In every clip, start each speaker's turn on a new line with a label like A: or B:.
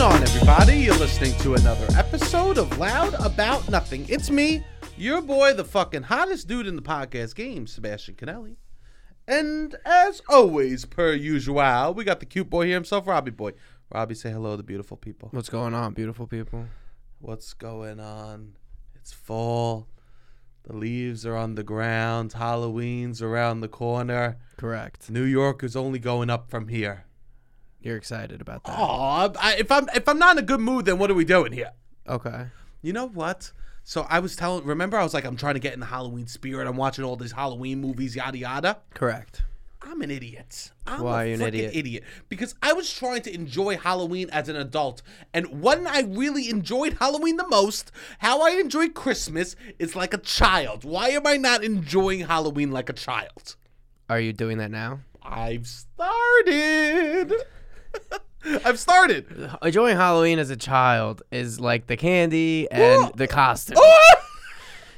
A: everybody. You're listening to another episode of Loud About Nothing. It's me, your boy, the fucking hottest dude in the podcast game, Sebastian Canelli. And as always, per usual, we got the cute boy here himself, Robbie Boy. Robbie, say hello to the beautiful people.
B: What's going on, beautiful people?
A: What's going on? It's fall. The leaves are on the ground. Halloween's around the corner.
B: Correct.
A: New York is only going up from here.
B: You're excited about that.
A: Oh, I, if I'm if I'm not in a good mood, then what are we doing here?
B: Okay.
A: You know what? So I was telling. Remember, I was like, I'm trying to get in the Halloween spirit. I'm watching all these Halloween movies, yada yada.
B: Correct.
A: I'm an idiot. I'm
B: Why
A: a
B: are you an
A: freaking
B: idiot?
A: Because I was trying to enjoy Halloween as an adult, and when I really enjoyed Halloween the most, how I enjoy Christmas is like a child. Why am I not enjoying Halloween like a child?
B: Are you doing that now?
A: I've started. I've started.
B: Enjoying Halloween as a child is like the candy and
A: Whoa.
B: the costume.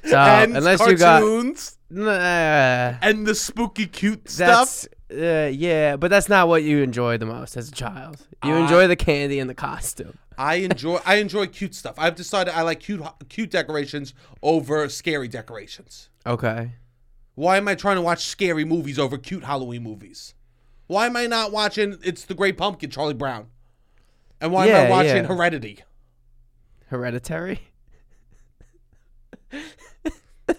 B: So
A: and
B: Uh, unless you got
A: cartoons
B: Nah,
A: and the spooky cute stuff.
B: that's uh, yeah, but that's not what you enjoy the most as a child. You
A: I-
B: enjoy the candy and the costume.
A: I enjoy I enjoy cute stuff. I've decided I like cute cute decorations over scary decorations.
B: Okay.
A: Why am I trying to watch scary movies over cute Halloween movies? Why am I not watching It's the Great Pumpkin, Charlie Brown? And why am I
B: Yeah,
A: watching
B: yeah.
A: Heredity?
B: Hereditary.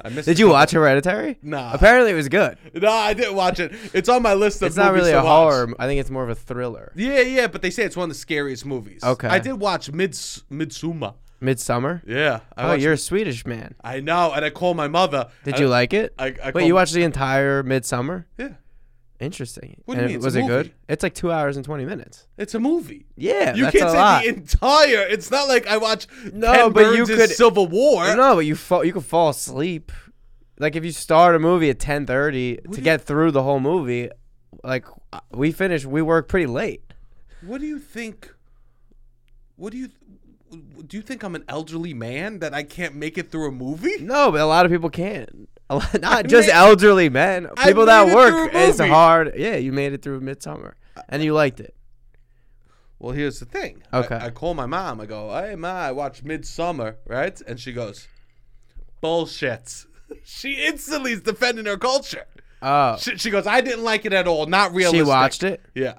A: I missed
B: Did you watch Hereditary?
A: Nah.
B: Apparently, it was good.
A: No, I didn't watch it. It's on my list of
B: It's not
A: movies
B: really
A: to
B: a
A: watch.
B: horror. I think it's more of a thriller.
A: Yeah, yeah, but they say it's one of the scariest movies.
B: Okay.
A: I did watch Mids Midsummer.
B: Midsummer.
A: Yeah. I
B: Oh,
A: watched-
B: you're a Swedish man.
A: I know, and I called my mother.
B: Did
A: and-
B: you like it?
A: I- I
B: Wait,
A: called-
B: you watched the entire Midsummer?
A: Yeah.
B: Interesting.
A: What do you
B: And
A: mean? It's
B: Was
A: a
B: it good?
A: movie.
B: It's like two hours and twenty minutes.
A: It's a movie.
B: Yeah,
A: You
B: that's
A: can't
B: a
A: say
B: lot.
A: the entire. It's not like I watch
B: No,
A: Ken
B: but you
A: Burns'
B: could-
A: Civil War.
B: no, but you fall. You could fall asleep. Like if you start a movie at ten thirty to
A: do you-
B: get through the whole movie, like uh, we finish, we work pretty late.
A: What do you think? What do you do? You think I'm an elderly man that I can't make it through a movie?
B: No, but a lot of people can't. A lot- Not just
A: made-
B: elderly men.
A: I
B: People
A: made
B: that
A: it
B: work
A: through a
B: is
A: movie.
B: hard. Yeah, you made it through Midsummer, and you liked it.
A: Well, here's the thing. I-
B: Okay.
A: I, call my mom. I go, "Hey, ma, I watched Midsummer, right?" And she goes, "Bullshit." she instantly is defending her culture.
B: Oh,
A: She, she goes, "I didn't like it at all. Not
B: she
A: realistic."
B: watched it.
A: Yeah,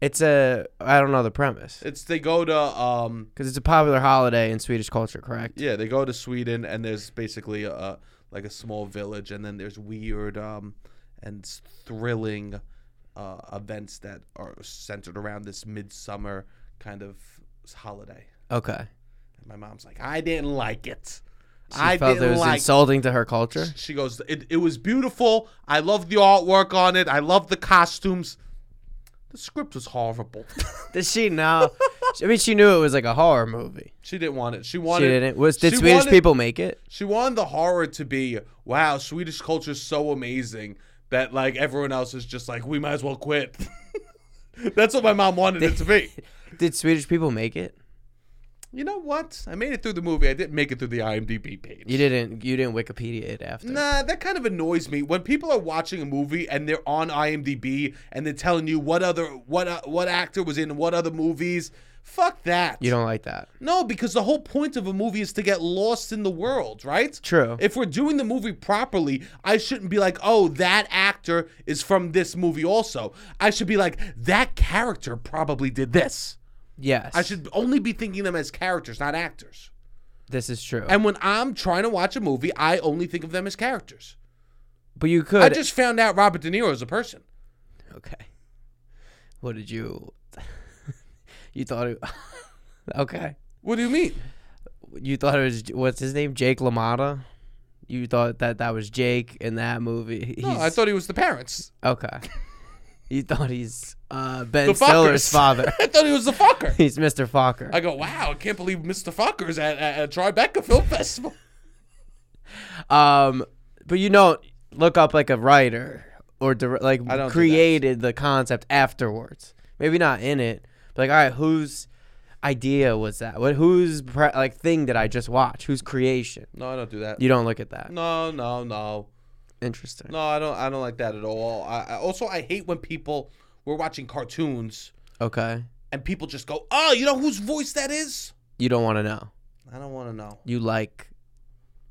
B: It's a I don't know the premise
A: it's they go to um
B: because it's a popular holiday in Swedish culture, correct?
A: Yeah, they go to Sweden, and there's basically a like a small village, and then there's weird um, and s- thrilling uh, events that are centered around this midsummer kind of s- holiday.
B: Okay.
A: And my mom's like, I didn't like it.
B: She
A: I
B: felt
A: didn't
B: it was
A: like.
B: insulting to her culture.
A: she goes, it, it was beautiful. I love the artwork on it. I love the costumes. The script was horrible.
B: Did she know? I mean, she knew it was like a horror movie.
A: she didn't want it. She
B: She
A: wanted.
B: didn't. Was did
A: she
B: Swedish
A: wanted-
B: people make it?
A: She wanted the horror to be, wow, Swedish culture is so amazing that like everyone else is just like, we might as well quit. That's what my mom wanted it to be.
B: Did Swedish people make it?
A: You know what? I made it through the movie. I didn't make it through the IMDb page.
B: You didn't. You didn't Wikipedia it after.
A: Nah, that kind of annoys me when people are watching a movie and they're on IMDb and they're telling you what other what uh, what actor was in what other movies. Fuck that.
B: You don't like that.
A: No, because the whole point of a movie is to get lost in the world, right?
B: True.
A: If we're doing the movie properly, I shouldn't be like, oh, that actor is from this movie also. I should be like, that character probably did this.
B: yes.
A: I should only be thinking them as characters, not actors.
B: This is true.
A: And when I'm trying to watch a movie, I only think of them as characters.
B: but you could.
A: I just found out Robert De Niro is a person.
B: okay. What did you? you thought it. okay.
A: What do you mean?
B: You thought it was what's his name? Jake LaMotta. You thought that that was Jake in that movie.
A: No, Oh, I
B: He's-
A: thought he was the parents.
B: Okay. you thought he's uh, Ben
A: The
B: Stiller's
A: fuckers.
B: father.
A: I thought he was the fucker.
B: he's Mr. Fokker.
A: I go, wow, I can't believe Mr. Fucker's at, at, at Tribeca Film Festival.
B: Um, but you don't look up like a writer or dir- like
A: don't do that.
B: created the concept afterwards. Maybe not in it, but like, all right, whose idea was that? What whose pre- like thing did I just watch? Whose creation?
A: No, I don't do that.
B: You don't look at that.
A: No, no, no.
B: Interesting.
A: No, I don't. I don't like that at all. I, I also I hate when people we're watching cartoons
B: Okay.
A: and people just go, "Oh, you know whose voice that is?"
B: You don't want to know.
A: I don't want to know.
B: You like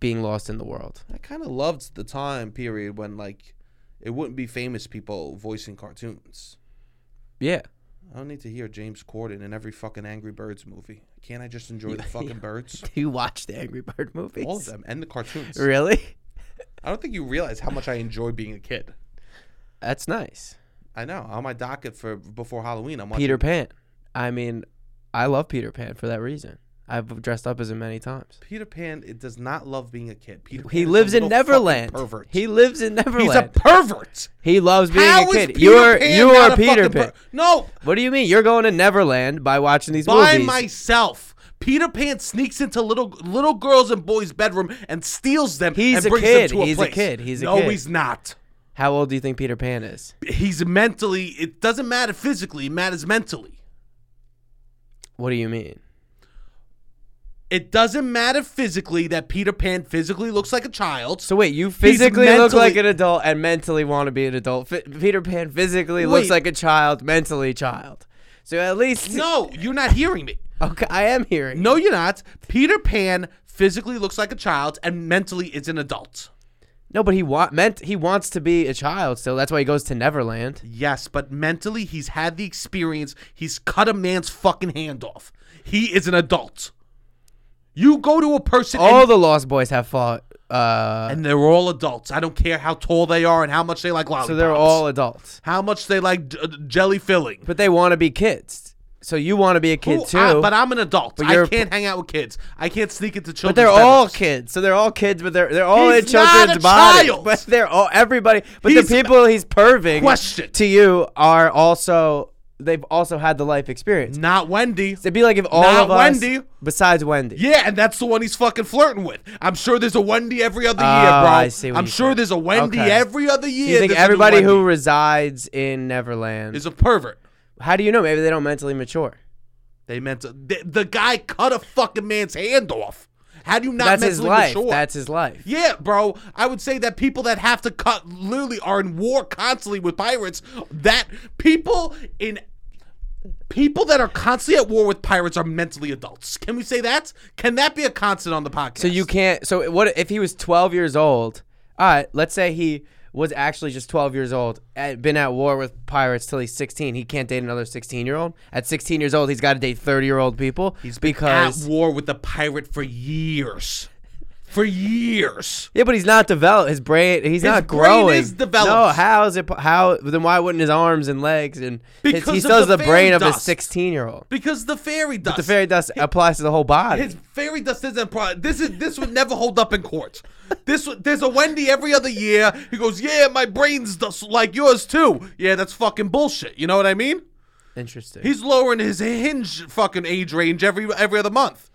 B: being lost in the world.
A: I kind of loved the time period when like it wouldn't be famous people voicing cartoons.
B: Yeah.
A: I don't need to hear James Corden in every fucking Angry Birds movie. Can't I just enjoy the fucking birds?
B: Do you watch the Angry Bird movies?
A: All of them and the cartoons.
B: Really?
A: I don't think you realize how much I enjoy being a kid.
B: That's nice.
A: I know. On my docket for before Halloween, I'm watching
B: Peter Pan. I mean, I love Peter Pan for that reason. I've dressed up as him many times.
A: Peter Pan. It does not love being a kid. Peter Pan
B: He
A: is a
B: lives in
A: little fucking
B: Neverland.
A: Pervert.
B: He lives in
A: He's a
B: Neverland.
A: pervert.
B: he loves being
A: How
B: a
A: is
B: kid.
A: Peter
B: you're
A: Pan
B: you
A: not
B: are
A: a
B: Peter
A: fucking
B: Pan.
A: per- no,
B: what do you mean? You're going to Neverland by watching these
A: by
B: movies.
A: myself. Peter Pan sneaks into little little girls and boys' bedroom and steals them.
B: He's
A: and
B: a
A: brings
B: kid.
A: Them to a
B: He's a
A: place.
B: kid. He's a
A: no,
B: kid.
A: he's not.
B: How old do you think Peter Pan is?
A: He's mentally. It doesn't matter physically. It matters mentally.
B: What do you mean?
A: It doesn't matter physically that Peter Pan physically looks like a child.
B: So wait, you physically look
A: mentally-
B: like an adult and mentally want to be an adult. Fi Peter Pan physically looks
A: Wait.
B: like a child, mentally child. So at least
A: No, you're not hearing me.
B: Okay, I am hearing.
A: No, you're not. Peter Pan physically looks like a child and mentally is an adult.
B: No, but he want meant he wants to be a child still. That's why he goes to Neverland.
A: Yes, but mentally he's had the experience. He's cut a man's fucking hand off. He is an adult. You go to a person
B: All
A: and,
B: the Lost Boys have fought. Uh,
A: and they're all adults. I don't care how tall they are and how much they like lollipops.
B: so they're all adults,
A: how much they like j- jelly filling.
B: but they want to be kids. So you want to be a kid
A: Who-
B: too.
A: I- but I'm an adult. I
B: you're-
A: can't hang out with kids. I can't sneak into children.
B: But they're all kids, so they're all kids, but they're they're all in
A: He's not
B: children's
A: a
B: bodies.
A: child.
B: But they're all everybody. But
A: He's-
B: the people he's perving
A: Question.
B: to you are also they've also had the life experience.
A: Not Wendy.
B: It'd be like if all
A: Not
B: of us,
A: Wendy.
B: besides Wendy,
A: Yeah, and that's the one he's fucking flirting with. I'm sure there's a Wendy every other year,
B: Oh,
A: bro.
B: I see what
A: am
B: you
A: sure
B: said.
A: there's a Wendy
B: Okay.
A: every other year.
B: do you think
A: there's a new
B: everybody who
A: Wendy
B: resides in Neverland?
A: is a pervert?
B: how do you know? Maybe they don't mentally mature.
A: They meant to, the, the guy cut a fucking man's hand off. How do you not
B: That's
A: mentally
B: his life.
A: mature?
B: That's his life.
A: yeah, bro. I would say that people that have to cut literally are in war constantly with pirates. That people in people that are constantly at war with pirates are mentally adults. Can we say that? Can that be a constant on the podcast?
B: So you can't. So what if he was 12 years old? All right, let's say he was actually just 12 years old, had been at war with pirates till he's 16. He can't date another 16 year old. At 16 years old, he's got to date 30 year old people. He's
A: at
B: because
A: war with the pirate for years. For years.
B: yeah, but he's not developed. His brain, he's not
A: brain
B: growing.
A: is developed.
B: No, how is it? po- How then? Why wouldn't his arms and legs and his-
A: Because
B: he
A: of
B: still has
A: the
B: the,
A: fairy
B: brain of his
A: dust.
B: 16 year old?
A: Because the fairy dust.
B: The fairy dust applies to the whole body.
A: His fairy dust isn't pro- this is this would never hold up in court. This would- there's a Wendy every other year. He goes, "Yeah, my brain's dust like yours too." Yeah, that's fucking bullshit. You know what I mean?
B: Interesting.
A: He's lowering his hinge fucking age range every every other month.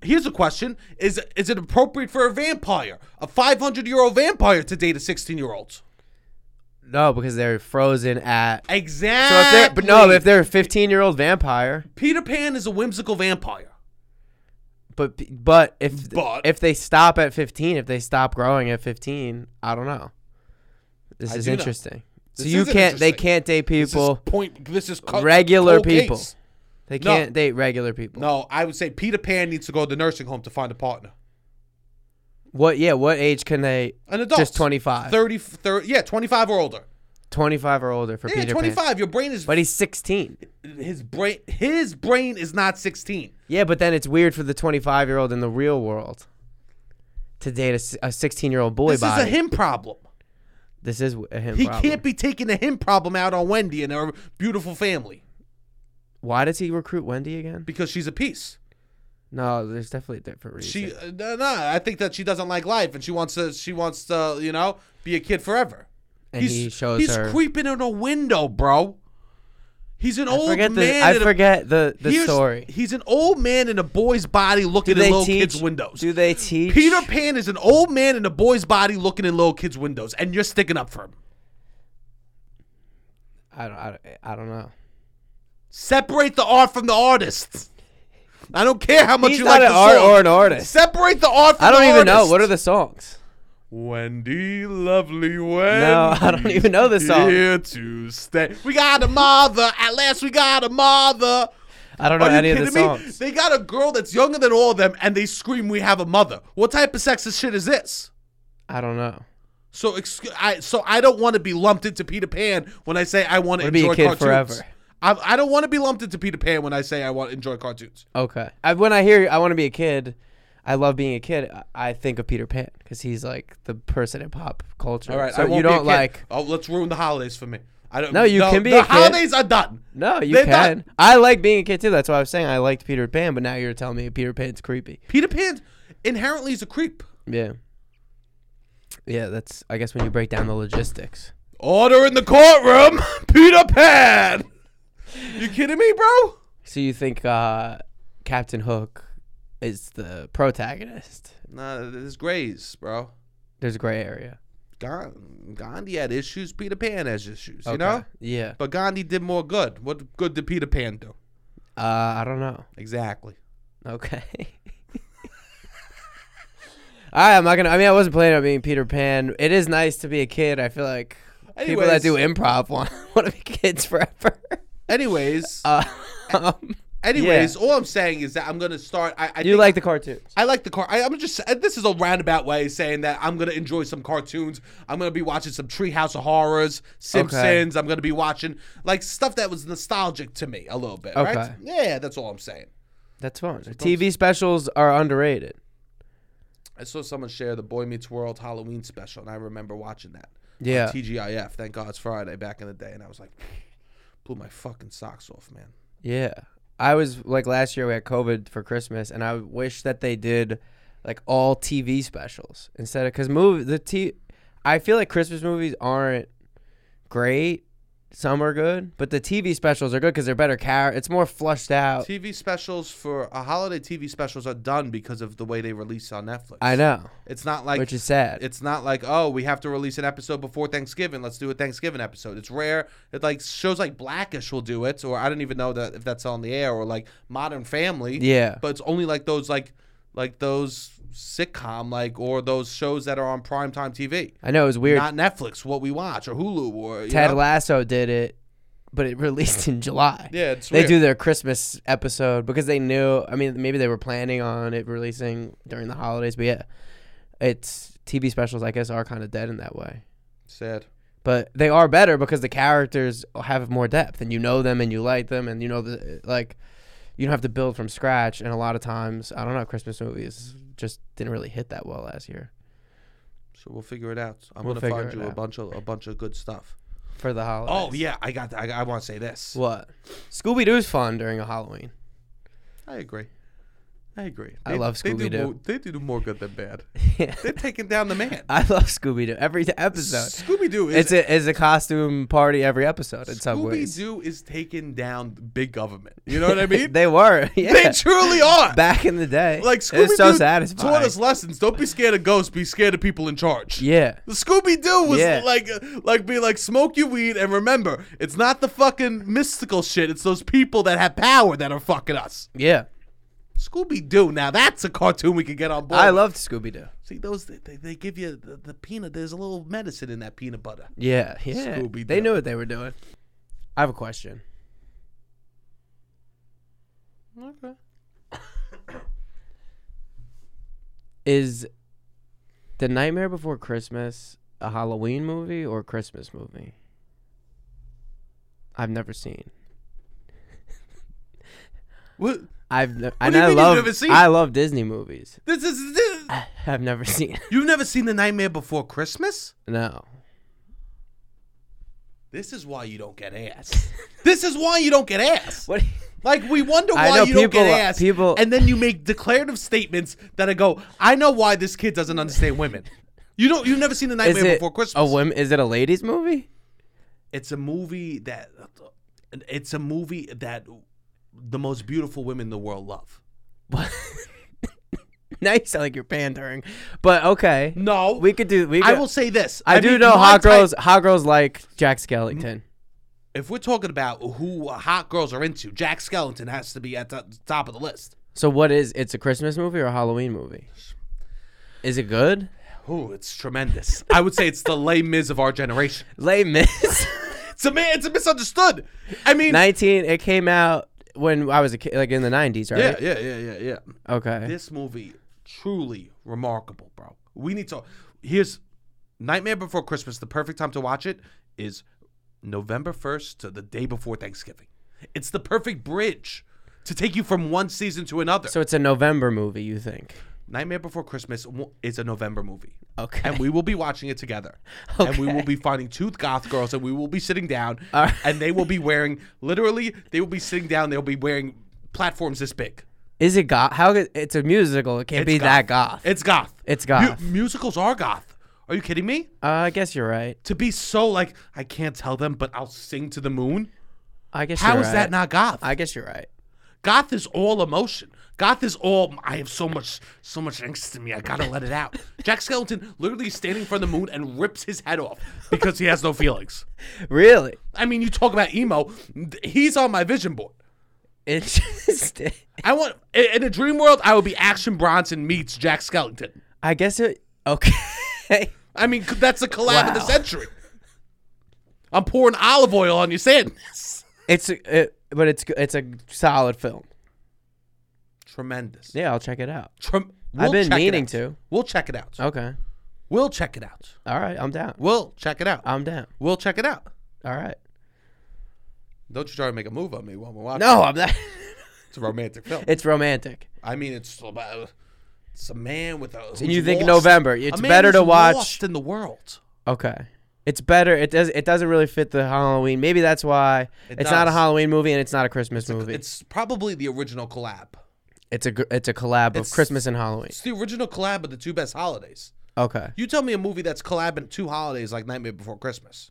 A: Here's a question: Is is it appropriate for a vampire, a 500 year old vampire, to date a 16 year old?
B: no, because they're frozen at. So if
A: Exactly.
B: they're, but no, if they're a 15 year old vampire.
A: Peter Pan is a whimsical vampire.
B: But p- but if
A: But-
B: if they stop at 15, if they stop growing at 15, I don't know. This
A: I
B: is
A: do know.
B: interesting. So
A: This
B: you
A: is
B: can't they
A: interesting.
B: can't date
A: This is
B: people.
A: point. This is co-
B: regular
A: cold
B: people.
A: case.
B: They
A: No.
B: can't date regular people.
A: No, I would say Peter Pan needs to go to the nursing home to find a partner.
B: What yeah, what age can they
A: An adult.
B: Just 25.
A: 30, 30 yeah, 25 or older.
B: 25 or older for
A: Yeah,
B: Peter
A: 25.
B: Pan?
A: Your brain is
B: But he's 16.
A: his brain his brain is not 16.
B: Yeah, but then it's weird for the 25-year-old in the real world to date a s- a 16-year-old boy
A: This
B: body.
A: is a him problem.
B: This is w- a him
A: He
B: problem.
A: can't be taking a him problem out on Wendy and her beautiful family
B: Why does he recruit Wendy again?
A: because she's a piece.
B: No, there's definitely a different reason.
A: She uh, no, no, I think that she doesn't like life and she wants to she wants to, you know, be a kid forever.
B: and he shows
A: he's
B: her
A: creeping in a window, bro. He's an old
B: forget
A: man.
B: the, I
A: in a-
B: forget the, the
A: here's-
B: story.
A: He's an old man in a boy's body looking in little kids' windows.
B: Do they teach?
A: Peter Pan is an old man in a boy's body looking in little kids' windows, and you're sticking up for him.
B: I don't, I don't. I don't know.
A: Separate the art from the artist. I don't care how much
B: He's
A: you
B: not
A: like
B: an
A: the
B: art
A: song.
B: or an artist.
A: Separate the art from
B: I don't
A: the
B: even know.
A: artist.
B: What are the songs?
A: Wendy, lovely Wendy.
B: No, I don't even know this song.
A: Here to stay. We got a mother. At last, we got a mother
B: I don't know
A: Are you
B: any of the
A: kidding me?
B: songs.
A: They got a girl that's younger than all of them, and they scream, "We have a mother." What type of sexist shit is this?
B: I don't know.
A: So, excuse, I so I don't want to be lumped into Peter Pan when I say I want to
B: Wanna be a
A: enjoy
B: kid
A: cartoons.
B: forever.
A: I, I don't want to be lumped into Peter Pan when I say I want to enjoy cartoons.
B: Okay. I, when I hear I want to be a kid, I love being a kid. I, I think of Peter Pan because he's like the person in pop culture.
A: All right,
B: So
A: I won't
B: you
A: be a
B: don't
A: kid.
B: like.
A: Oh, let's ruin the holidays for me. I don't.
B: No, you can be
A: The
B: a kid.
A: holidays are done.
B: No, you
A: They're
B: can.
A: not-
B: I like being a kid too. That's why I was saying I liked Peter Pan, but now you're telling me Peter Pan's creepy.
A: Peter Pan inherently is a creep.
B: Yeah. Yeah, that's I guess when you break down the logistics.
A: Order in the courtroom, Peter Pan. You kidding me, bro?
B: So you think uh, Captain Hook is the protagonist?
A: Nah, there's grays, bro.
B: There's a gray area.
A: Gan- Gandhi had issues. Peter Pan has issues. You
B: Okay.
A: know.
B: Yeah.
A: But Gandhi did more good. What good did Peter Pan do?
B: Uh, I don't know.
A: Exactly.
B: Okay. All right, I'm not gonna. I mean, I wasn't planning on being Peter Pan. It is nice to be a kid. I feel like people
A: Anyways.
B: that do improv want want to be kids forever.
A: Anyways,
B: Uh, um,
A: anyways, all I'm saying is that I'm gonna start. I, I
B: you
A: think-
B: like the cartoons?
A: I like the car. I, I'm just. uh, This is a roundabout way of saying that I'm gonna enjoy some cartoons. I'm gonna be watching some Treehouse of Horrors, Simpsons. I'm gonna be watching like stuff that was nostalgic to me a little bit. Right?
B: Okay.
A: Yeah, that's all I'm saying.
B: That's fun. TV specials are underrated.
A: I saw someone share the Boy Meets World Halloween special, and I remember watching that. on
B: Yeah.
A: TGIF. Thank God it's Friday back in the day, and I was like, blew my fucking socks off, man.
B: Yeah. I was like last year we had COVID for Christmas and I wish that they did like all TV specials instead of cuz movie the t I feel like Christmas movies aren't great. Some are good, but the TV specials are good cuz they're better car it's more flushed out.
A: TV specials for a holiday TV specials are done because of the way they release on Netflix.
B: I know,
A: It's not like
B: which is sad.
A: it's not like oh we have to release an episode before Thanksgiving. Let's do a Thanksgiving episode. It's rare. It like shows like Blackish will do it, or I don't even know that if that's on the air or like Modern Family.
B: yeah.
A: But it's only like those like like those sitcom like or those shows that are on primetime TV.
B: I know it was weird.
A: Not Netflix, what we watch or Hulu or you
B: Ted
A: know?
B: Lasso did it, but it released in July.
A: Yeah, it's
B: they
A: weird.
B: do their Christmas episode because they knew. I mean, maybe they were planning on it releasing during the holidays, but yeah, it's TV specials. I guess are kind of dead in that way,
A: Sad.
B: but they are better because the characters have more depth, and you know them, and you like them, and you know the like. You don't have to build from scratch, and a lot of times, I don't know, Christmas movies just didn't really hit that well last year
A: So we'll figure it out. I'm
B: We'll
A: gonna
B: figure
A: find
B: it
A: you a
B: out.
A: bunch of a bunch of good stuff.
B: for the holidays.
A: Oh yeah, I got. I, I want to say this.
B: what? Scooby Doo's fun during a Halloween.
A: I agree. I agree.
B: I love
A: They do,
B: Scooby-Doo.
A: more, they do more good than bad. They're taking down the man.
B: I love Scooby Doo every episode.
A: Scooby Doo
B: It's
A: is
B: a it's a costume party every episode in some
A: Scooby
B: ways.
A: Doo is taking down the big government. You know what I mean? they,
B: they were yeah.
A: truly are.
B: back in the day.
A: like
B: it
A: Scooby Doo
B: was so
A: taught
B: satisfying.
A: us lessons. Don't be scared of ghosts. Be scared of people in charge.
B: Yeah,
A: The Scooby Doo was
B: Yeah.
A: like, like be like, smoke your weed and remember, it's not the fucking mystical shit. It's those people that have power that are fucking us.
B: yeah.
A: Scooby Doo. Now that's a cartoon we could get on board.
B: I
A: with.
B: loved Scooby Doo.
A: See those they- they, they give you the, the peanut. There's a little medicine in that peanut butter.
B: Yeah, yeah.
A: Scooby-Doo.
B: They knew what they were doing. I have a question.
A: Okay.
B: Is the Nightmare Before Christmas a Halloween movie or a Christmas movie? I've never seen.
A: What?
B: I've ne-
A: do
B: and
A: you
B: I
A: mean you've
B: love
A: never seen?
B: I love Disney movies.
A: This is this,
B: I've never seen.
A: you've never seen the Nightmare Before Christmas.
B: No.
A: This is why you don't get ass. this is why you don't get ass.
B: What?
A: Like we wonder
B: I
A: why
B: know
A: you don't get
B: people-
A: ass,
B: people-
A: and then you make declarative statements that I go, I know why this kid doesn't understand women. You don't. You've never seen the
B: Is
A: Nightmare
B: it
A: Before
B: a
A: Christmas.
B: women? Is it a ladies movie?
A: it's a movie that, it's a movie that the most beautiful women in the world love.
B: What? now you sound like you're pandering, but okay,
A: No,
B: we could do. We could,
A: I will say this.
B: I, do
A: mean,
B: know
A: my
B: hot
A: type-
B: girls. hot girls like Jack Skellington.
A: If we're talking about who hot girls are into, Jack Skellington has to be at the top of the list.
B: So what is? It's a Christmas movie or a Halloween movie? Is it good?
A: Ooh, it's tremendous. I would say it's the Les Mis of our generation.
B: Late Miss
A: It's a man. It's a misunderstood. I mean,
B: nineteen. It came out when I was a kid, like in the '90s, right?
A: Yeah, yeah, yeah, yeah, yeah.
B: Okay.
A: This movie truly remarkable, bro. We need to. Here's Nightmare Before Christmas. The perfect time to watch it is November first to the day before Thanksgiving. It's the perfect bridge to take you from one season to another.
B: so it's a November movie, you think?
A: Nightmare Before Christmas w- is a November movie.
B: Okay.
A: And we will be watching it together. And we will be finding tooth goth girls and we will be sitting down
B: Alright.
A: and they will be wearing literally they will be sitting down, they'll be wearing platforms this big.
B: Is it goth? How could- it's a musical? It can't
A: It's
B: be that goth.
A: It's goth.
B: It's
A: Mu-
B: goth.
A: musicals are goth. Are you kidding me?
B: uh, I guess you're right.
A: To be so like I can't tell them, but I'll sing to the moon.
B: I guess
A: How
B: you're
A: is
B: right.
A: that not goth?
B: I guess you're right.
A: goth is all emotion. Goth is all. I have so much, so much angst in me. I gotta let it out. Jack Skellington literally standing from the moon and rips his head off because he has no feelings.
B: Really
A: I mean, you talk about emo. He's on my vision board.
B: interesting.
A: I want in a dream world. I would be Action Bronson meets Jack Skellington.
B: I guess it. Okay.
A: I mean, that's a collab of the
B: Wow.
A: century. I'm pouring olive oil on your sandness.
B: it's a, it, but it's g- it's a solid film.
A: Tremendous.
B: Yeah, I'll check it out.
A: Trem-
B: I've been
A: check it
B: meaning
A: out.
B: to. Uh,
A: We'll check it out.
B: Okay.
A: We'll check it out.
B: All right. I'm down.
A: We'll check it out.
B: I'm down.
A: we'll check it out.
B: All right.
A: Don't you try to make a move on me while we're watching.
B: No, I'm not.
A: it's a romantic film.
B: it's romantic.
A: I mean, it's about it's a man with a.
B: And
A: who's
B: you think
A: lost.
B: November?
A: A
B: It's
A: man
B: better to
A: who's
B: watch.
A: Lost in the world.
B: Okay. It's better. It does. It doesn't really fit the Halloween. Maybe that's why
A: It
B: it's not a
A: does.
B: Halloween movie and it's not a Christmas movie. It's,
A: It's probably the original collab.
B: a gr- it's a collab of
A: It's-
B: Christmas and Halloween.
A: It's the original collab of the two best holidays.
B: Okay.
A: You tell me a movie that's collabing two holidays like Nightmare Before Christmas.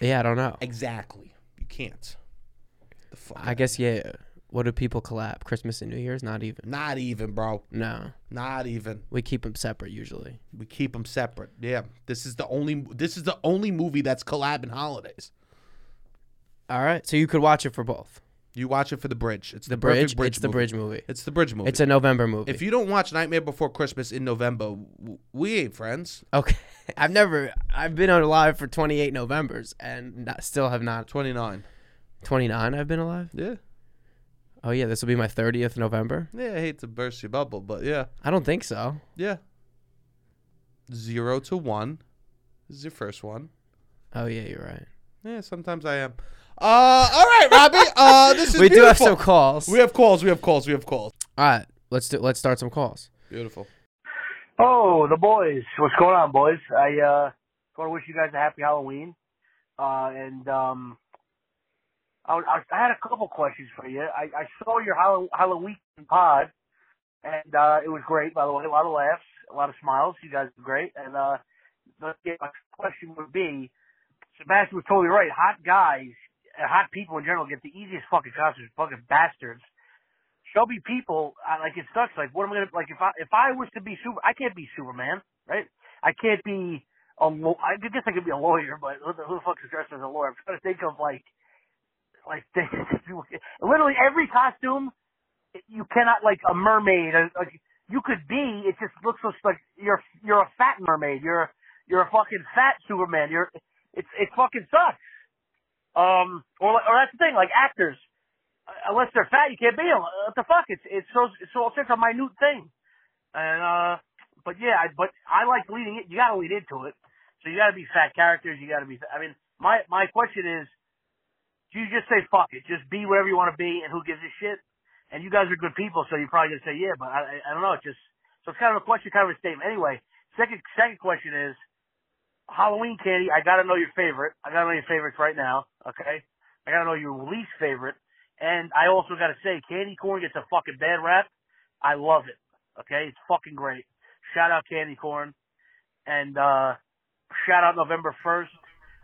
B: Yeah, I don't know.
A: Exactly. You can't. The fuck.
B: I guess yeah. What do people collab? Christmas and New Year's? Not even.
A: Not even, bro.
B: No,
A: Not even.
B: we keep them separate usually.
A: We keep them separate. Yeah. This is the only. This is the only movie that's collabing holidays.
B: All right. So you could watch it for both.
A: You watch it for the bridge. It's the,
B: The bridge.
A: perfect bridge.
B: it's the
A: movie.
B: bridge movie.
A: It's the bridge movie.
B: It's a November movie.
A: if you don't watch Nightmare Before Christmas in November, w- we ain't friends.
B: okay. I've never. I've been alive for 28 Novembers and not, still have not.
A: Twenty nine.
B: 29. I've been alive.
A: Yeah.
B: Oh yeah, this will be my 30th November.
A: Yeah. I hate to burst your bubble, but yeah,
B: I don't think so.
A: yeah. Zero to one is your first one.
B: Oh yeah, you're right.
A: Yeah. Sometimes I am. Uh. All right, Robbie. Uh. This is
B: we do have
A: beautiful.
B: some calls.
A: We have calls. We have calls. We have calls.
B: All right, let's do. Let's start some calls.
A: Beautiful.
C: Oh, the boys. What's going on, boys? I uh just want to wish you guys a happy Halloween. Uh and um I, was- I, was- I had a couple questions for you. I, I saw your Hall- Halloween pod and uh it was great by the way. A lot of laughs, a lot of smiles. You guys were great. And uh let's get- my question would be Sebastian was totally right. Hot guys and hot people in general get the easiest fucking costumes, fucking bastards chubby people, I, like it sucks. Like, what am I gonna like? If I if I was to be super, I can't be Superman, right? I can't be a. Lo- I guess I could be a lawyer, but who the, who the fuck's dressed as a lawyer? I'm trying to think of like, like literally every costume. You cannot like a mermaid. uh, Like you could be. It just looks just like you're you're a fat mermaid. You're you're a fucking fat Superman. You're it's it fucking sucks. Um, or like- or that's the thing. Like actors, Uh, unless they're fat, you can't be them. What the fuck? It's it's so it's so such a minute thing. And uh, but yeah, I, but I like leading it. You got to lead into it. So you got to be fat characters. You got to be. I mean, my my question is, do you just say fuck it? Just be whatever you want to be, and who gives a shit? And you guys are good people, so you're probably gonna say yeah. But I I, I don't know. It's just so it's kind of a question, kind of a statement. Anyway, second second question is. Halloween candy, I gotta know your favorite. I gotta know your favorites right now, okay? I gotta know your least favorite. And I also got to say, candy corn gets a fucking bad rap. I love it. Okay, it's fucking great. Shout out candy corn, and uh, shout out November first.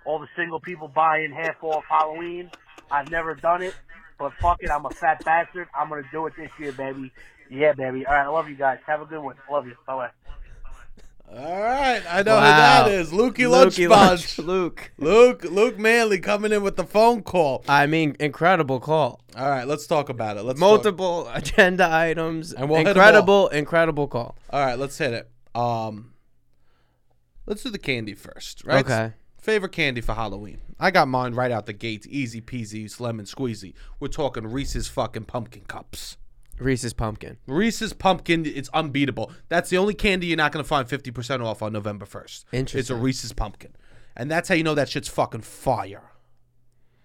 C: All the single people buying half off Halloween. I've never done it, but fuck it, I'm a fat bastard. I'm gonna do it this year, baby. Yeah, baby. All right, I love you guys. Have a good one. Love you. Bye bye.
A: All right, I know
B: Wow.
A: who that is. Lukey
B: Lukey
A: Lunchbox.
B: Lunch- Luke.
A: Luke, Luke Manley coming in with the phone call.
B: I mean, incredible call.
A: All right, let's talk about it. Let's talk-
B: Multiple agenda items.
A: And we'll hit 'em
B: incredible, incredible call.
A: All right, let's hit it. Um, let's do the candy first, right?
B: Okay.
A: Favorite candy for Halloween? I got mine right out the gates, easy peasy, lemon squeezy. We're talking Reese's fucking pumpkin cups.
B: Reese's pumpkin.
A: Reese's pumpkin, it's unbeatable. That's the only candy you're not gonna find fifty percent off on November first. It's a
B: Interesting.
A: Reese's pumpkin, and that's how you know that shit's fucking fire.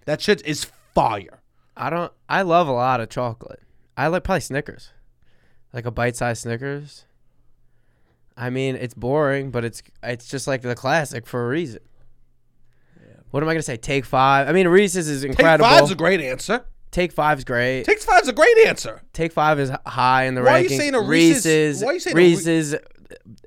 A: That shit is fire.
B: I don't. I love a lot of chocolate. I like probably Snickers, like a bite-sized Snickers. I mean, it's boring, but it's it's just like the classic for a reason. What am I gonna say? Take five. I mean, Reese's is
A: Take
B: incredible.
A: five's a great answer.
B: Take five's great. Take,
A: Take five's a great answer.
B: five is h- high in the
A: Why are you
B: rankings.
A: saying a Reese's-
B: Reese's?
A: why are you saying a Re-
B: Reese's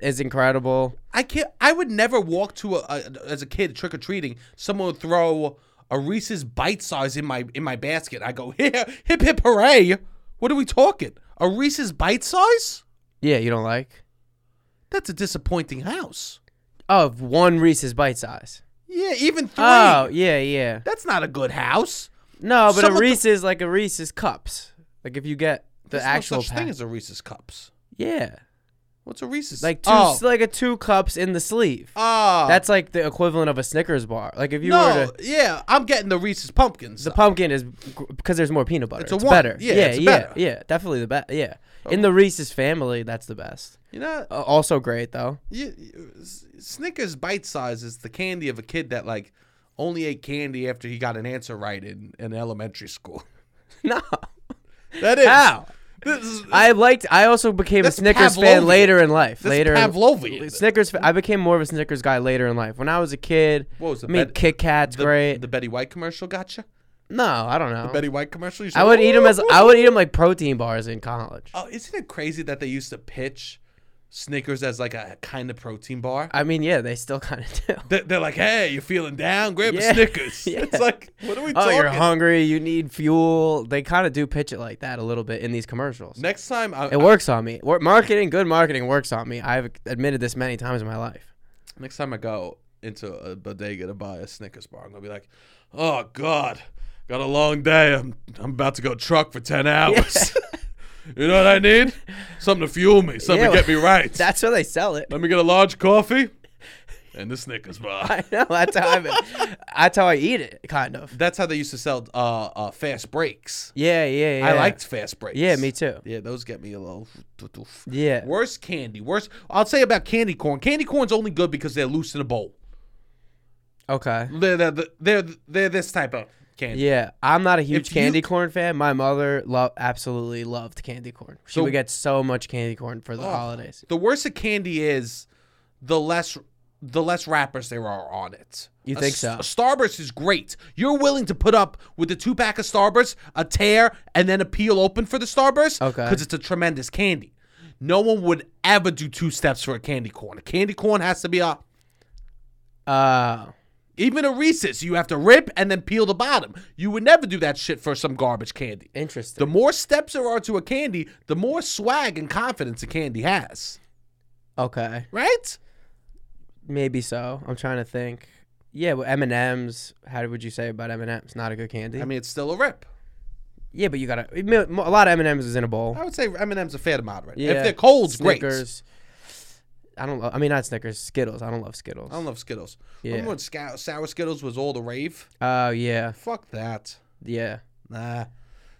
B: is incredible?
A: I can't. I would never walk to a, a as a kid trick or treating. Someone would throw a Reese's bite size in my in my basket. I go here, hip hip hooray. What are we talking? A Reese's bite size?
B: Yeah, you don't like?
A: That's a disappointing house.
B: Oh, if one Reese's bite size.
A: Yeah, even three.
B: Oh, yeah, yeah.
A: That's not a good house.
B: No, but
A: Some of
B: a
A: the-
B: Reese's like a Reese's cups. Like if you get the
A: There's
B: actual
A: no such
B: pack.
A: thing as a Reese's cups.
B: yeah,
A: What's a Reese's?
B: like two,
A: Oh.
B: like a two cups in the sleeve.
A: Oh.
B: That's like the equivalent of a Snickers bar. Like if you were
A: no.
B: to,
A: Yeah, I'm getting the Reese's pumpkins.
B: the pumpkin is because there's more peanut butter.
A: It's
B: It's,
A: a one.
B: better.
A: Yeah,
B: yeah,
A: it's
B: yeah,
A: better.
B: yeah. Definitely the best. Yeah, in the Reese's family, that's the best.
A: you know,
B: Uh, also great though.
A: you, you- S- Snickers bite size is the candy of a kid that like only ate candy after he got an answer right in, in elementary school.
B: no,
A: That is
B: How?
A: This is,
B: I liked. I also became
A: That's
B: a Snickers
A: Pavlovian.
B: fan later in life.
A: That's
B: later, in-
A: Pavlovian.
B: Snickers. fa- I became more of a Snickers guy later in life. When I was a kid,
A: What was the
B: I mean,
A: bet-
B: Kit Kat's
A: the,
B: great.
A: The Betty White commercial gotcha.
B: no, I don't know.
A: Betty White commercial. you
B: I would eat them as
A: said,
B: I would eat them like protein bars in college.
A: Oh, isn't it crazy that they used to pitch Snickers as like a kind of protein bar?
B: I mean, yeah, they still kind of do.
A: They- They're like, hey, you're feeling down? Grab
B: Yeah.
A: a Snickers.
B: Yeah.
A: It's like, what are we
B: Oh,
A: talking?
B: you're hungry. You need fuel. They kind of do pitch it like that a little bit in these commercials.
A: Next time, I,
B: it works on me. Wor- Marketing, good marketing works on me. I've admitted this many times in my life.
A: Next time I go into a bodega to buy a Snickers bar, I'm gonna be like, "Oh God, got a long day. I'm I'm about to go truck for ten hours. you know what I need? Something to fuel me, something
B: Yeah,
A: to get me right.
B: That's how they sell it.
A: Let me get a large coffee and the Snickers bar."
B: I know. That's how I. That's how I eat it, kind of.
A: That's how they used to sell uh, uh, fast breaks.
B: Yeah, yeah, yeah.
A: I liked fast breaks.
B: Yeah, me too.
A: Yeah, those get me a little.
B: Yeah.
A: Worst candy. Worst. I'll say about candy corn. Candy corn's only good because they're loose in a bowl.
B: Okay.
A: They're they're they're, they're this type of candy.
B: Yeah, I'm not a huge
A: you-
B: candy corn fan. My mother lo- absolutely loved candy corn. She
A: So-
B: would get so much candy corn for the holidays.
A: the worse a candy is, the less the less wrappers there are on it.
B: You
A: A
B: think
A: s-
B: so?
A: a Starburst is great. You're willing to put up with the two pack of Starburst, a tear, and then a peel open for the Starburst,
B: Okay.
A: Because it's a tremendous candy. No one would ever do two steps for a candy corn. A candy corn has to be a
B: Uh,
A: even a Reese's. You have to rip and then peel the bottom. You would never do that shit for some garbage candy.
B: interesting.
A: The more steps there are to a candy, the more swag and confidence a candy has.
B: okay.
A: Right?
B: Maybe so. I'm trying to think. Yeah, well, M and M's. How would you say about M and M's? Not a good candy.
A: I mean, it's still a rip.
B: yeah, but you gotta. I mean, A lot of M and M's is in a bowl.
A: I would say M and M's a fair to moderate. If
B: Yeah.
A: they're cold, great. I
B: Snickers. I don't. Lo- I mean, not Snickers. Skittles. I don't love Skittles.
A: don't love Skittles.
B: Yeah.
A: Remember when sca- sour Skittles was all the rave?
B: Oh yeah,
A: Fuck that.
B: yeah.
A: Nah.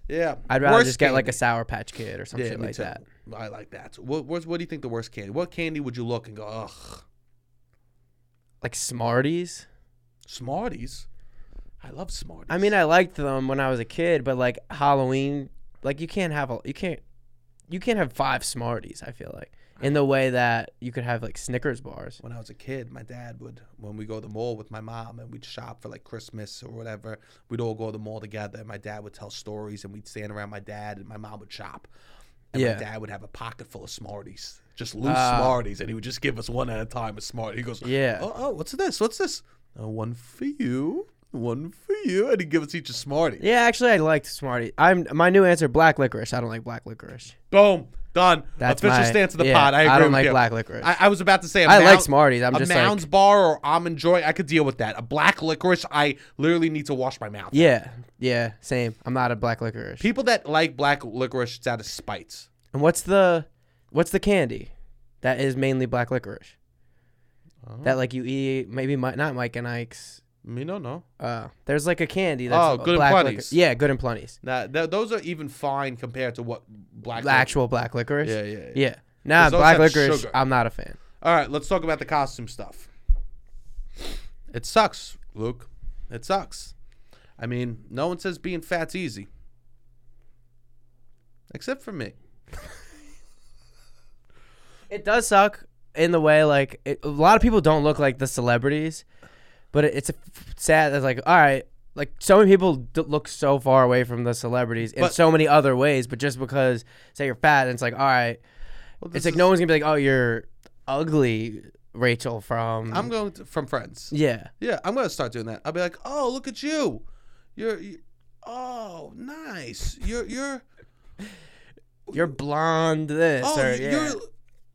A: Yeah.
B: I'd rather
A: Worst
B: just get like a
A: candy.
B: Sour Patch Kid or some
A: yeah,
B: shit
A: me
B: like
A: too.
B: that.
A: I like that. What, what what do you think the worst candy? What candy would you look and go, ugh,
B: Like Smarties.
A: Smarties? I love Smarties.
B: I mean, I liked them when I was a kid, but like Halloween, like you can't have a you can't you can't have five Smarties. I feel like in the way that you could have like Snickers bars.
A: when I was a kid, my dad would, when we go to the mall with my mom and we'd shop for like Christmas or whatever, we'd all go to the mall together. And my dad would tell stories and we'd stand around my dad and my mom would shop. And
B: Yeah.
A: my dad would have a pocket full of Smarties, just loose
B: Ah.
A: Smarties. And he would just give us one at a time a Smartie. He goes,
B: Yeah.
A: Oh, oh what's this? What's this? Uh, one for you, one for you. And he'd give us each a Smartie.
B: Yeah, actually, I liked Smarties. I'm my new answer: black licorice. I don't like black licorice.
A: Boom. Done.
B: That's
A: Official
B: my,
A: stance of the
B: yeah,
A: pod. I agree
B: don't
A: with
B: like
A: you.
B: black licorice.
A: I, I was about to say, a
B: I like
A: Mount-
B: Smarties. I'm
A: a
B: just like-
A: Mounds bar or almond joy. I could deal with that. A black licorice, I literally need to wash my mouth.
B: yeah, yeah, same. I'm not a black licorice.
A: People that like black licorice, it's out of spite.
B: and what's the what's the candy that is mainly black licorice?
A: Oh.
B: that like you eat. Maybe Mi- not Mike and Ike's.
A: Me no no.
B: Uh, there's like a candy. That's
A: Oh, Good and
B: liquor-
A: Plenty's.
B: Yeah, good and plenty's.
A: Nah, th- those are even fine compared to what black.
B: The actual black licorice.
A: Yeah, yeah, yeah.
B: Yeah. Nah,
A: 'Cause those
B: black
A: have
B: licorice.
A: sugar.
B: I'm not a fan.
A: All right, let's talk about the costume stuff. It sucks, Luke. It sucks. I mean, no one says being fat's easy, except for me.
B: It does suck in the way like it, a lot of people don't look like the celebrities, but it, it's a f- sad. It's like all right, like so many people d- look so far away from the celebrities in
A: But-
B: so many other ways. But just because say you're fat, and it's like all right,
A: Well, this
B: it's like
A: is-
B: no one's gonna be like oh you're ugly, Rachel from
A: I'm going to, from friends.
B: yeah.
A: Yeah, I'm gonna start doing that. I'll be like, oh, look at you. You're, you oh, nice. You're, you're,
B: You're blonde. This
A: oh,
B: or,
A: you're.
B: yeah.